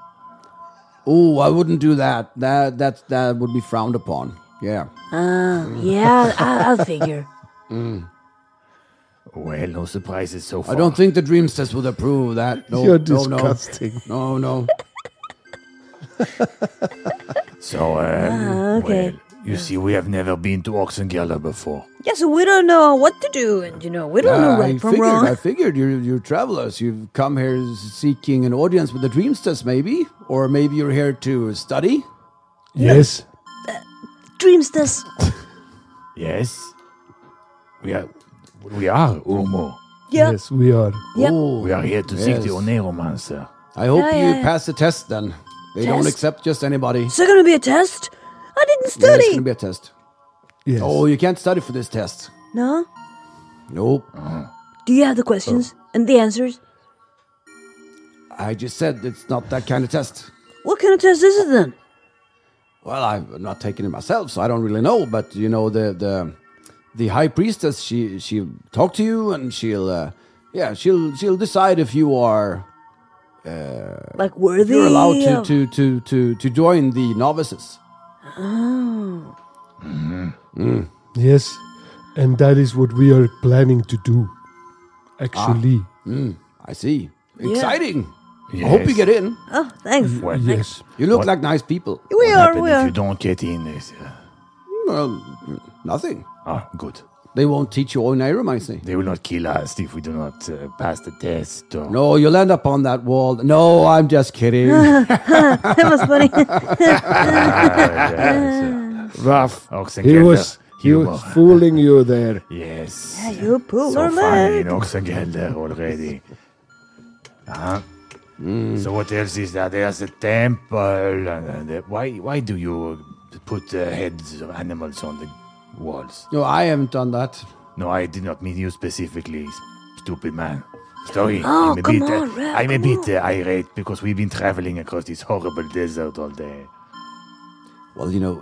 B: Oh, I wouldn't do that. That that that would be frowned upon. Yeah.
A: Uh, yeah, I, I figure.
G: Well, no surprises so far.
B: I don't think the dream says would approve that. No,
C: You're
B: no, no.
C: disgusting.
B: No, no.
G: so. Uh,
A: Ah, okay.
G: Well, you see, we have never been to Oxengeller before.
A: Yeah, so we don't know what to do, and you know we don't know
B: I
A: right from
B: figured, I
A: wrong.
B: figured you're, you're travelers. You've come here seeking an audience with the Dreamsters, maybe? Or maybe you're here to study?
C: Yes.
A: Dreamsters.
G: Yes, we are. We are Urmo.
A: Yeah.
C: Yes, we are.
A: Yep.
B: Oh,
G: We are here to seek the
B: yes.
G: Oneromancer.
B: I hope
A: Yeah,
B: you
A: yeah, yeah.
B: pass the test then. They don't
A: Test?
B: accept just anybody.
A: Is there gonna be a test? I didn't
B: Yeah,
A: study.
B: it's going to be a test.
C: Yes.
B: Oh, you can't study for this test.
A: no.
B: Nope.
A: Do you have the questions
B: Oh.
A: and the answers?
B: I just said it's not that kind of test.
A: What kind of test is it then?
B: Well, I've not taken it myself, so I don't really know. But you know, the the the high priestess, she she'll talk to you, and she'll uh, yeah, she'll she'll decide if you are
A: Like worthy?
B: you're allowed to
A: of-
B: to to to, to join the novices.
C: Yes. And that is what we are planning to do. Actually.
A: Ah.
B: I see. Exciting. I hope you get in.
A: Oh, thanks.
G: Well,
C: Yes.
B: You look
G: What-
B: like nice people.
A: We
G: what
A: are.
G: happen
A: We
G: if
A: are.
G: you don't get in? Is, uh,
B: Well, nothing.
G: ah, good.
B: They won't teach you oneromancy.
G: They will not kill us if we do not uh, pass the test. Or
B: No, you'll end up on that wall. No, I'm just kidding.
A: that was funny.
C: Raf.
G: Oxengeller.
C: He
G: uh,
C: was he
G: humor.
C: was fooling you there.
G: Yes.
A: you pulled
G: so
A: her
G: funny in
A: leg.
G: Oxengelder already. Huh?
C: Mm.
G: So what else is there? There's a temple. And, and, uh, why why do you put uh, heads of animals on the walls?
B: no, I haven't done that.
G: No, I did not mean you specifically, s- stupid man. Sorry,
A: Oh,
G: I'm a
A: come
G: bit, uh,
A: on, Ralph,
G: I'm a
A: come
G: bit uh, irate because we've been traveling across this horrible desert all day.
B: Well, you know,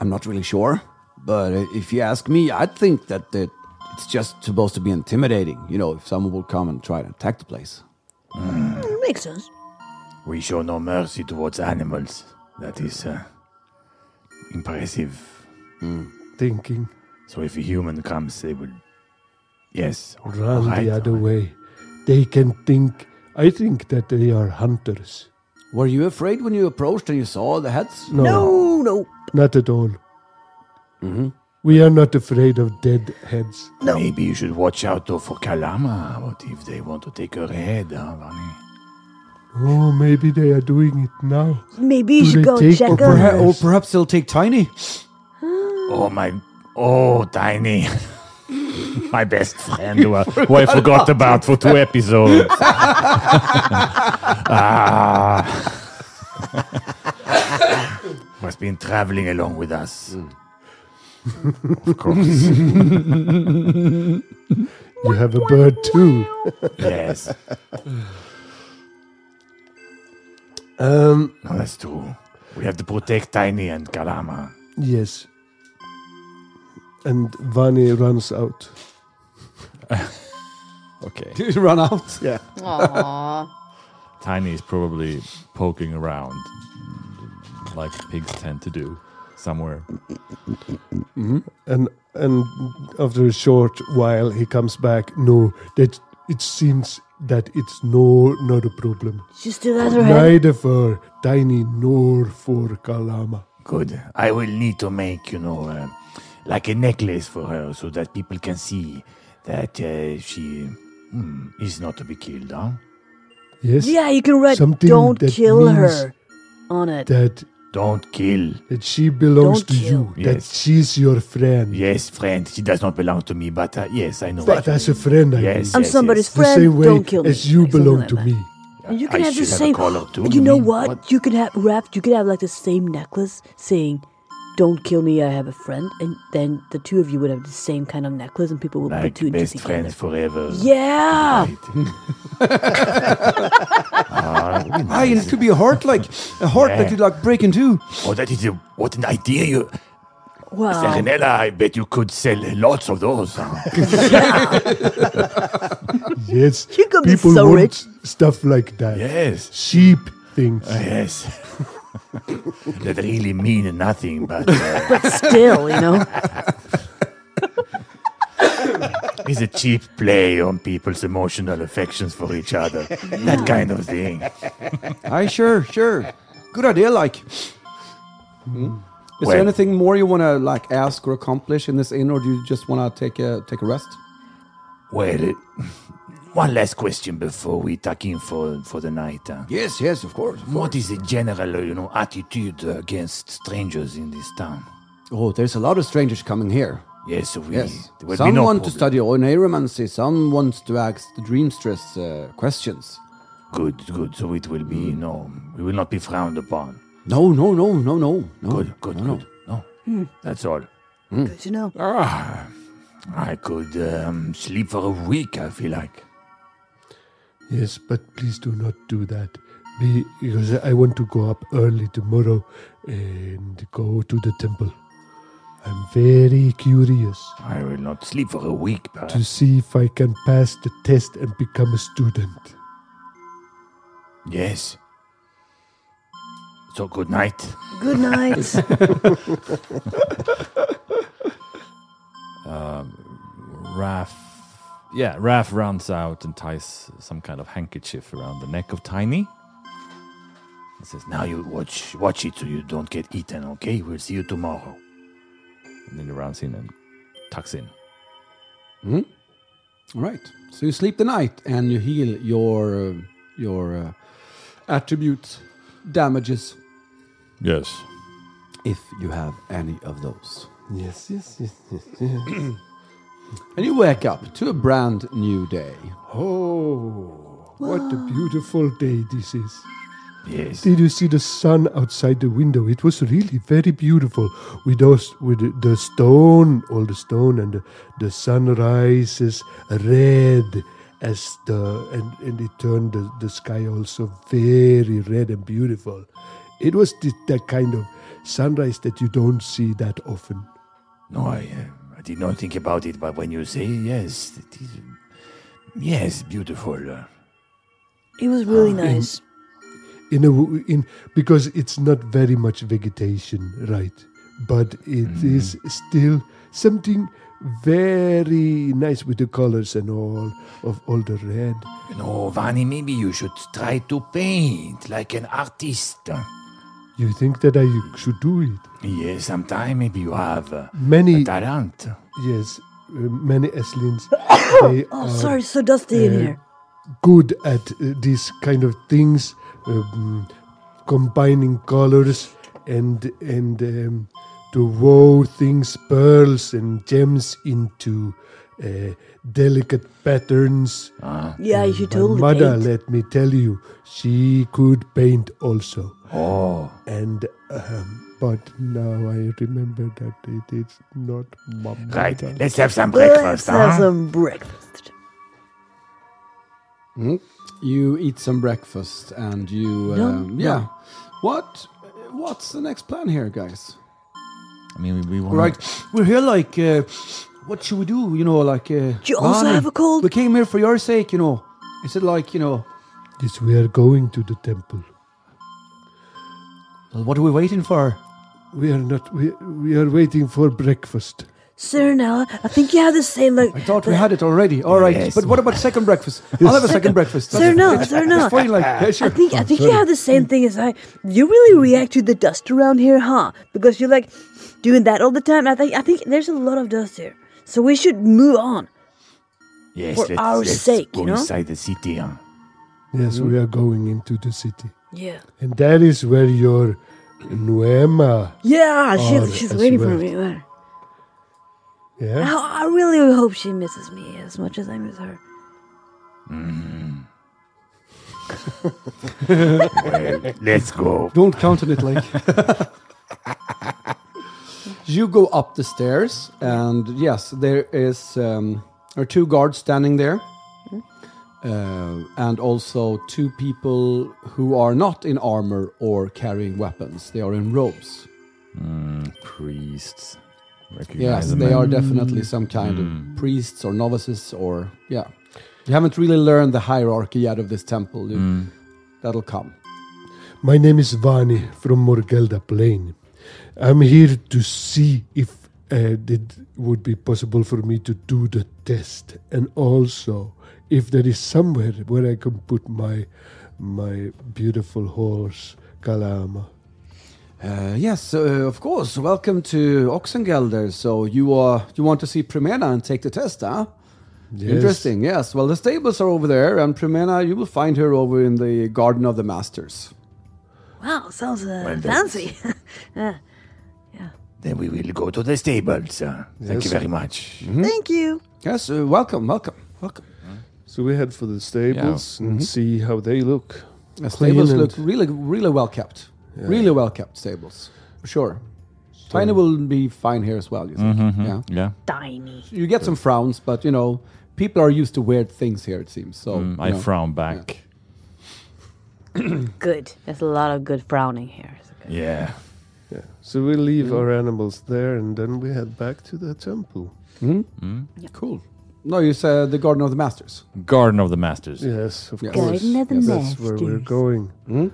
B: I'm not really sure, but if you ask me, I think that that it's just supposed to be intimidating. You know, if someone will come and try to attack the place.
A: Makes sense.
G: We show no mercy towards animals. That is uh, impressive.
C: Thinking.
G: So if a human comes, they will. Yes. all
C: Run
G: right,
C: the
G: all
C: other
G: right.
C: way. They can think I think that they are hunters.
B: Were you afraid when you approached and you saw the heads?
C: No.
A: No, no,
C: Not at all.
G: Mm-hmm.
C: We are not afraid of dead heads.
G: Maybe you should watch out though for Kalama. What if they want to take her head, huh, Vani?
C: Oh, maybe they are doing it now.
A: Maybe you
C: Do
A: should
C: they
A: go
C: take
A: check
C: over
A: her.
C: her? Yes.
B: oh, perhaps they'll take Tiny.
G: Oh my! Oh, Tiny, my best friend, who I, who I forgot about for two episodes. ah. Has been traveling along with us. of course,
C: You have a bird too.
G: yes.
C: Um,
G: No, that's true. We have to protect Tiny and Kalama.
C: yes. And Vani runs out.
D: okay.
B: Did you run out?
C: Yeah.
F: Aww.
D: Tiny is probably poking around, like pigs tend to do, somewhere.
C: And and after a short while, he comes back. No, that it seems that it's no not a problem.
A: She still has her head.
C: Neither for Tiny nor for Kalama.
G: Good. I will need to make, you know, uh, like a necklace for her so that people can see that uh, she hmm, is not to be killed, huh?
C: Yes?
A: Yeah, you can write
C: Something
A: "Don't
C: that
A: kill
C: means-
A: her" on it.
C: That
G: Don't kill.
C: that she belongs
A: Don't
C: to you.
G: kill.
C: That
G: Yes.
C: she's your friend.
G: Yes, friend. She does not belong to me, but uh, yes, I know.
C: But as a friend, I
G: Yes.
C: mean.
A: I'm somebody's
G: yes.
C: The
A: friend.
C: same way
A: don't kill me.
C: as you
A: Like something
C: belong
A: like
C: to
A: that.
C: me.
A: And you can
G: I
A: have the
G: should have
A: same.
G: a collar too.
A: you
G: I
A: know
G: mean,
A: what?
G: what-
A: You can have Raph. You can have like the same necklace saying, "Don't kill me. I have a friend," and then the two of you would have the same kind of necklace, and people would put
G: Like
A: two and two
G: best
A: together.
G: friends forever.
A: Yeah.
G: Ah, really
B: Ah,
G: nice.
B: it could be a heart like a heart that
G: Yeah.
B: you like break in two.
G: Oh, that is a, what an idea you.
F: Ah.
A: Wow.
G: Serenella, I bet you could sell lots of those.
C: Yes.
A: You could be
C: People
A: so
C: want
A: rich.
C: stuff like that.
G: yes.
C: Cheap things.
G: Yes. that really mean nothing, but uh,
F: Still, you know.
G: it's a cheap play on people's emotional affections for each other. That kind of thing.
B: Aye, sure, sure. Good idea, like. Hmm? Is there
G: Well-
B: anything more you want to like ask or accomplish in this inn, or do you just want to take a take a rest?
G: Well, uh, one last question before we tuck in for, for the night. huh?
B: Yes, yes, of course.
G: What is the general, uh, you know, attitude against strangers in this town?
B: Oh, there's a lot of strangers coming here.
G: Yes, so we.
B: Yes.
G: there will be
B: some
G: no
B: want to
G: problem.
B: study oneromancy, some wants to ask the dreamstress uh, questions.
G: Good, good. So it will be
B: Mm.
G: no, we will not be frowned upon.
B: No, no, no, no, no. no.
G: Good, good,
B: no, no.
G: good. No, that's all.
B: Hmm.
A: Good to know.
G: Ah, I could um, sleep for a week. I feel like.
C: Yes, but please do not do that. Be, because I want to go up early tomorrow and go to the temple. I'm very curious
G: I will not sleep for a week, but
C: to see if I can pass the test and become a student.
G: yes. So good night.
A: Good night.
D: Raf. Yeah, Raf runs out and ties some kind of handkerchief around the neck of Tiny. He says,
G: Now you watch, watch it so you don't get eaten. Okay, we'll see you tomorrow.
D: And then he runs in and tucks in.
B: All right. So you sleep the night and you heal your uh, your uh, attribute damages
D: Yes.
B: if you have any of those.
C: Yes, yes, yes, yes.
B: And you wake up to a brand new day.
C: Oh, what a beautiful day this is.
G: Yes.
C: Did you see the sun outside the window? It was really very beautiful. With those, with the- the stone, all the stone, and the, the sun rises red as the and, and it turned the, the sky also very red and beautiful. It was the, that kind of sunrise that you don't see that often.
G: No, I, uh, I did not think about it, but when you say yes, it is, yes, beautiful. uh,
A: it was really nice.
C: in a w- in because it's not very much vegetation right but it is still something very nice with the colors and all of all the red
G: You know, Vani, maybe you should try to paint like an artist.
C: you think that i should do it
G: Yes, sometime maybe you have uh, a
C: many
G: talent.
C: yes uh, many eslins they
A: Oh,
B: Uh,
C: are
A: sorry, it's so dusty in
C: uh,
A: here.
C: good at uh, these kind of things um, combining colors and and um, to wove things pearls and gems into uh, delicate patterns
G: Ah.
A: Yeah, you should
C: My
A: totally
C: mother
A: paint.
C: let me tell you she could paint also
G: Oh,
C: and um, but now I remember that it is not my
G: right.
C: mother.
G: Let's have some
A: Let's
G: breakfast.
A: have
G: huh?
A: some breakfast.
B: You eat some breakfast and you um, yeah. What what's the next plan here, guys?
D: I mean, we want
B: Right. We're here like uh, what should we do? You know, like uh,
A: Do you also
B: Barney,
A: have a cold?
B: We came here for your sake, you know. Is it like, you know,
C: Yes, we are going to the temple
B: what are we waiting for?
C: we are not we, we are waiting for breakfast
A: Serenella, I think you have the same like.
B: I thought we had it already. All right,
G: Yes.
B: but what about second breakfast? I'll have a second breakfast.
A: Sir, no, sir, no.
B: It's funny, like, yeah,
A: I
B: sure.
A: think I think you have the same thing as I. You really react to the dust around here, huh? Because you're like doing that all the time. I think I think there's a lot of dust here, so we should move on.
G: yes,
A: for
G: let's,
A: our
G: let's
A: sake,
G: go
A: you know?
G: inside the city. huh?
C: Yes,
B: Mm-hmm.
C: we are going into the city.
A: Yeah.
C: And that is where your Nuema.
A: Yeah,
C: Oh,
A: she's, she's
C: that's
A: waiting for
C: weird.
A: me there.
C: Yeah?
A: I, I really hope she misses me as much as I miss her.
G: Let's go.
B: Don't count on it, like. you go up the stairs, and yes, there is um, there are two guards standing there, uh, and also two people who are not in armor or carrying weapons. They are in robes.
D: Priests.
B: Yes,
D: Recognize them.
B: they are definitely some kind of priests or novices or yeah. You haven't really learned the hierarchy yet of this temple. You- That'll come.
C: My name is Vani from Morgelda Plain. I'm here to see if uh, it would be possible for me to do the test, and also if there is somewhere where I can put my my beautiful horse Kalama.
B: Uh, yes, uh, of course. Welcome to Oxengelder. So you are you want to see Primena and take the test, huh?
C: Yes.
B: Interesting. Yes. Well, the stables are over there, and Primena, you will find her over in the Garden of the Masters.
A: Wow, sounds uh,
G: Well, that's-
A: fancy.
G: Then we will go to the stables. uh, Thank you very much.
A: Thank you.
B: Yes. Uh, welcome. Welcome. Welcome.
I: So we head for the stables and see how they look.
B: Mm-hmm. The stables
C: and-
B: look really, really well kept. Really well kept stables. For Sure. Tiny will be fine here as well. You
D: Mm-hmm,
B: think? Yeah.
D: Yeah.
E: Tiny.
B: You get some frowns, but you know people are used to weird things here. It seems. So
D: Mm, I
B: you know.
D: frown back.
E: Good.
F: There's a lot of good frowning here. It's okay.
G: Yeah.
I: Yeah. So we leave
C: Mm.
I: our animals there and then we head back to the temple.
B: Cool. No, you said the Garden of the Masters.
D: Garden of the Masters.
I: Yes, of
B: Yes.
I: course.
E: Garden of the
I: That's where we're
E: Masters.
I: going.
C: Hmm?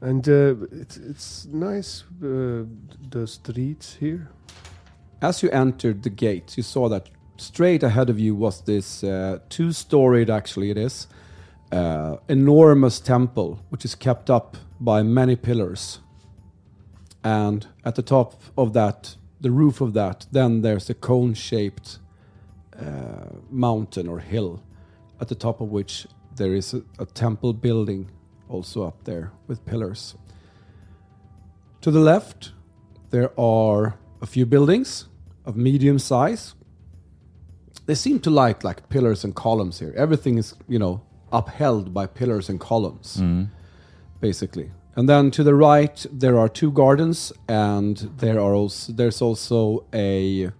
I: And uh, it's it's nice uh, the streets here.
B: As you entered the gate, you saw that straight ahead of you was this uh, two storied, actually, it is, uh, enormous temple, which is kept up by many pillars. And at the top of that, the roof of that, then there's a cone shaped uh, mountain or hill, at the top of which there is a, a temple building also up there with pillars. To the left, there are a few buildings of medium size. They seem to like like pillars and columns here. Everything is, you know, upheld by pillars and columns, basically. And then to the right, there are two gardens, and there are also there's also a,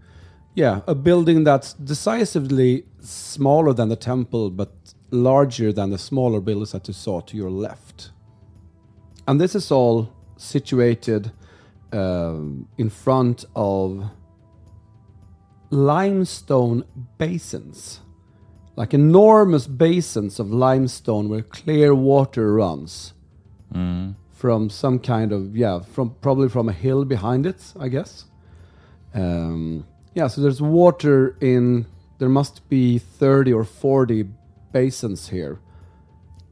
B: yeah, a building that's decisively smaller than the temple, but larger than the smaller buildings that you saw to your left. And this is all situated um, in front of limestone basins, like enormous basins of limestone where clear water runs
D: Mm.
B: from some kind of yeah, from probably from a hill behind it, I guess. Um, yeah, so there's water in. There must be thirty or forty basins here.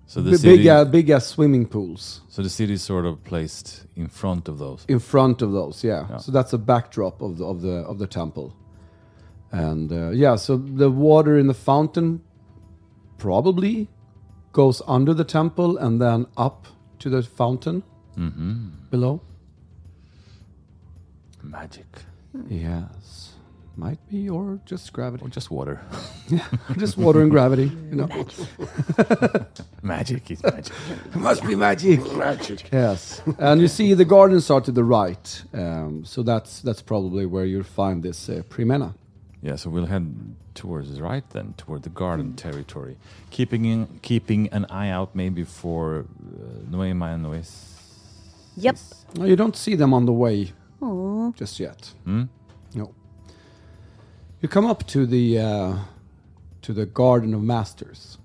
D: So
B: B-
D: the
B: big,
D: city,
B: uh, big uh, swimming pools.
D: so the city is sort of placed in front of those.
B: in front of those yeah, so that's a backdrop of the of the of the temple and uh, yeah so the water in the fountain probably goes under the temple and then up to the fountain
D: Mm-hmm.
B: below
G: Magic.
B: yes might be or just gravity
D: Or just water.
B: just water and gravity you know
G: Magic is magic.
B: must be magic magic yes and you see the gardens are to the right um, so that's that's probably where you'll find this uh, primena
D: yeah. So we'll head towards the right then, toward the
B: Hmm.
D: garden territory, keeping in, keeping an eye out maybe for uh, Noema and Nois.
F: Yep.
B: No, you don't see them on the way just yet. No. You come up to the uh, to the Garden of Masters,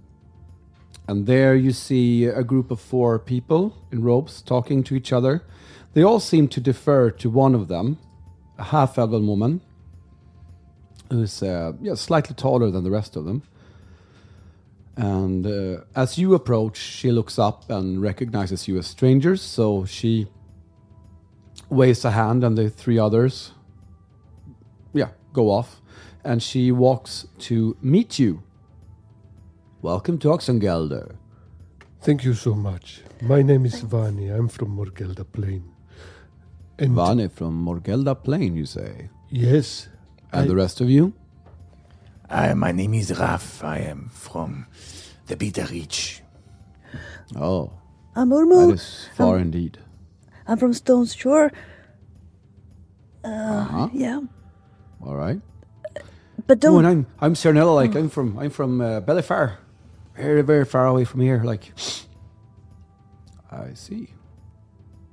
B: and there you see a group of four people in robes talking to each other. They all seem to defer to one of them, a half-elven woman who is uh, yeah, slightly taller than the rest of them. And uh, as you approach, she looks up and recognizes you as strangers, so she waves a hand, and the three others, yeah, go off. And she walks to meet you. Welcome to Oxengelder.
C: Thank you so much. My name is Vani. I'm from Morgelda Plain. And
B: Vane from Morgelda Plain, you say.
C: yes,
B: And
C: I-
B: the rest of you?
G: Uh, my name is Raf. I am from the Bitter Reach.
B: Oh,
A: I'm
B: that
A: Urmu.
B: is far indeed.
A: I'm from Stone's Shore. Uh,
B: Uh-huh.
A: Yeah.
B: All right.
A: But
B: Oh,
A: don't.
B: and I'm I'm Cernella, like I'm from I'm from uh, Bellafar, very very far away from here. Like, I see.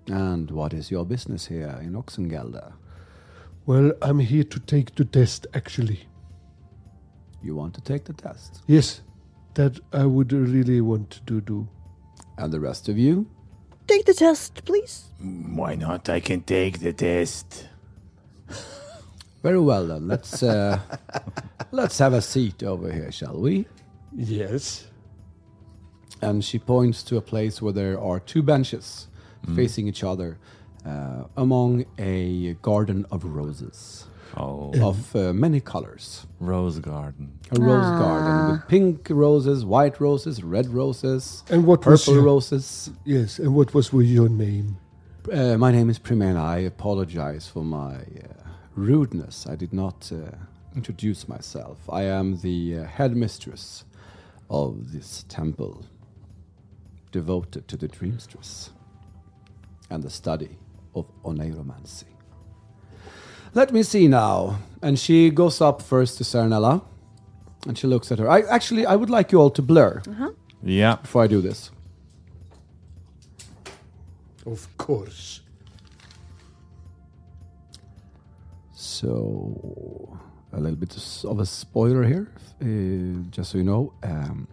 B: And what is your business here in Oxengelda?
C: well, I'm here to take the test, actually.
B: You want to take the test,
C: Yes, that I would really want to do.
B: and the rest of you?
A: Take the test, please.
G: Why not? I can take the test.
B: Very well then. Let's uh, let's have a seat over here, shall we?
C: Yes.
B: and she points to a place where there are two benches facing each other uh, among a garden of roses
D: Oh,
B: of uh, many colors.
D: Rose Garden.
B: A rose garden with pink roses, white roses, red roses,
C: And what was
B: purple
C: your-
B: roses.
C: Yes, and what was your name?
B: Uh, my name is Primena. I apologize for my uh, rudeness. I did not uh, introduce myself. I am the uh, headmistress of this temple, devoted to the dreamstress and the study of oneiromancy. Let me see now. And she goes up first to Cernella, and she looks at her. I actually, I would like you all to blur
D: Yeah.
B: before I do this.
C: Of course.
B: So, a little bit s- of a spoiler here, uh, just so you know. Um,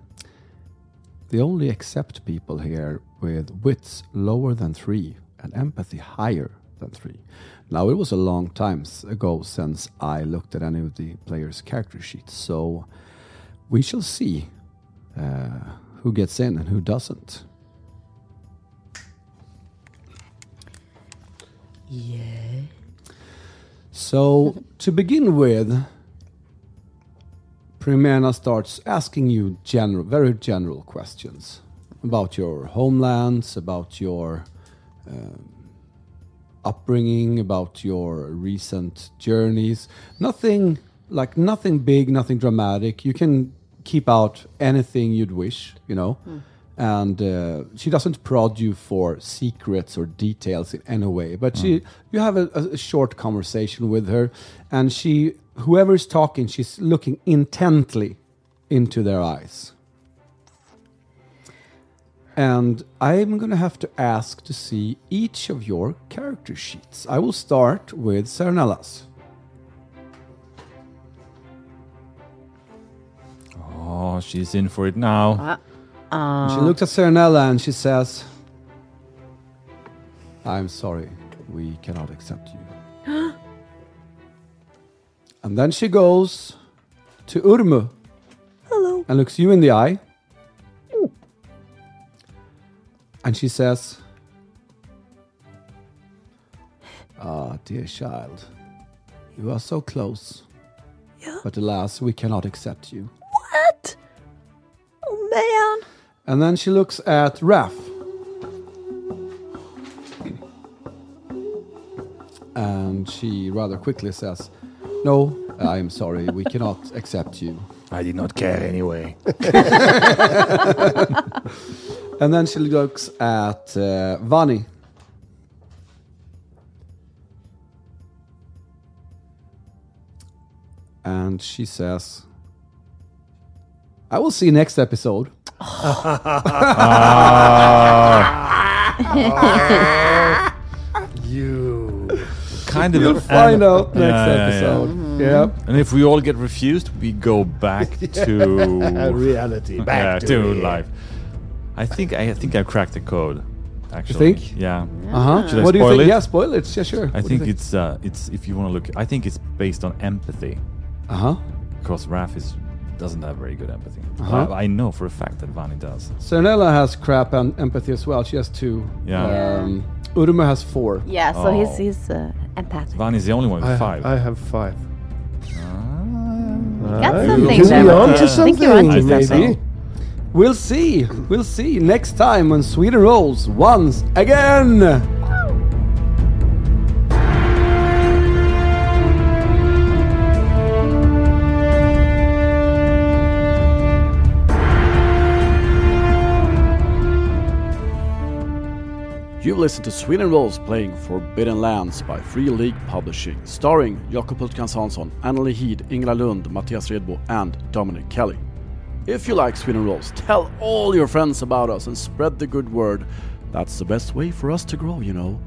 B: they only accept people here with wits lower than three and empathy higher than three. Now, it was a long time s- ago since I looked at any of the players' character sheets, so we shall see uh, who gets in and who doesn't. So, to begin with, Primena starts asking you general, very general questions about your homelands, about your um, upbringing, about your recent journeys. Nothing like nothing big, nothing dramatic. You can keep out anything you'd wish, you know. And uh, she doesn't prod you for secrets or details in any way, but she you have a, a- a short conversation with her, and she whoever's talking, she's looking intently into their eyes. And I'm going to have to ask to see each of your character sheets. I will start with Cernelas.
D: Oh, she's in for it now.
B: And she looks at Cernella and she says, I'm sorry, we cannot accept you. and then she goes to Urmu. Hello. And looks you in the eye. And she says, Ah, dear child, you are so close.
A: Yeah?
B: But alas, we cannot accept you.
A: What? Oh man.
B: And then she looks at Raph. And she rather quickly says, No, I'm sorry, we cannot accept you.
G: I did not care anyway.
B: And then she looks at uh, Vani. And she says, I will see you next episode.
C: You.
D: Kind of.
B: You'll
D: a-
B: find
D: and-
B: out
D: Yeah,
B: next
D: yeah, yeah.
B: episode.
D: And if we all get refused, we go back to
C: Reality.
D: yeah,
G: Back
D: to,
G: to it.
D: life. I think I think I cracked the code. Actually,
B: think?
D: Yeah.
B: Yeah. Uh
D: Should I
B: huh. What do you
D: spoil
B: think?
D: it?
B: Yeah, spoil it. Yeah, sure.
D: I think it's uh, it's if you want to look, I think it's based on empathy.
B: Uh huh.
D: Because Raph is doesn't have very good empathy.
B: Uh-huh.
D: I, I know for a fact that Vani does.
B: Cernella has crap em- empathy as well. She has two.
D: Yeah. Yeah.
B: Um, Uruma has four.
F: Yeah, so he's
D: Oh.
F: he's uh, empathic.
D: Vani's the only one with
I: I,
D: five.
I: I have five.
F: Got
I: Ah,
F: something
I: you're
F: there.
I: onto
F: uh, I think you're onto
I: something,
F: something.
I: maybe.
B: We'll see. We'll see next time when Sweden rolls once again.
J: You listen to Sweden Rolls playing Forbidden Lands by Free League Publishing, starring Jakob Hultgren Hansson, Annelie Heed, Ingela Lund, Matthias Redbo, and Dominic Kelly. If you like Sweden Rolls, tell all your friends about us and spread the good word. That's the best way for us to grow, you know.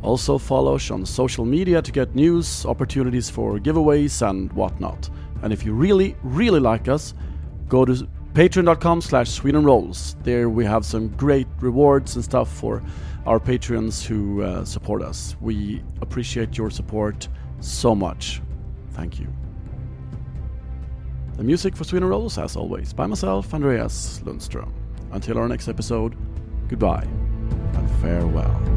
J: Also, follow us on social media to get news, opportunities for giveaways, and whatnot. And if you really, really like us, go to patreon.com slash swedenrolls. There we have some great rewards and stuff for our patrons who uh, support us. We appreciate your support so much. Thank you. The music for Sweden Rolls, as always, by myself, Andreas Lundström. Until our next episode, goodbye and farewell.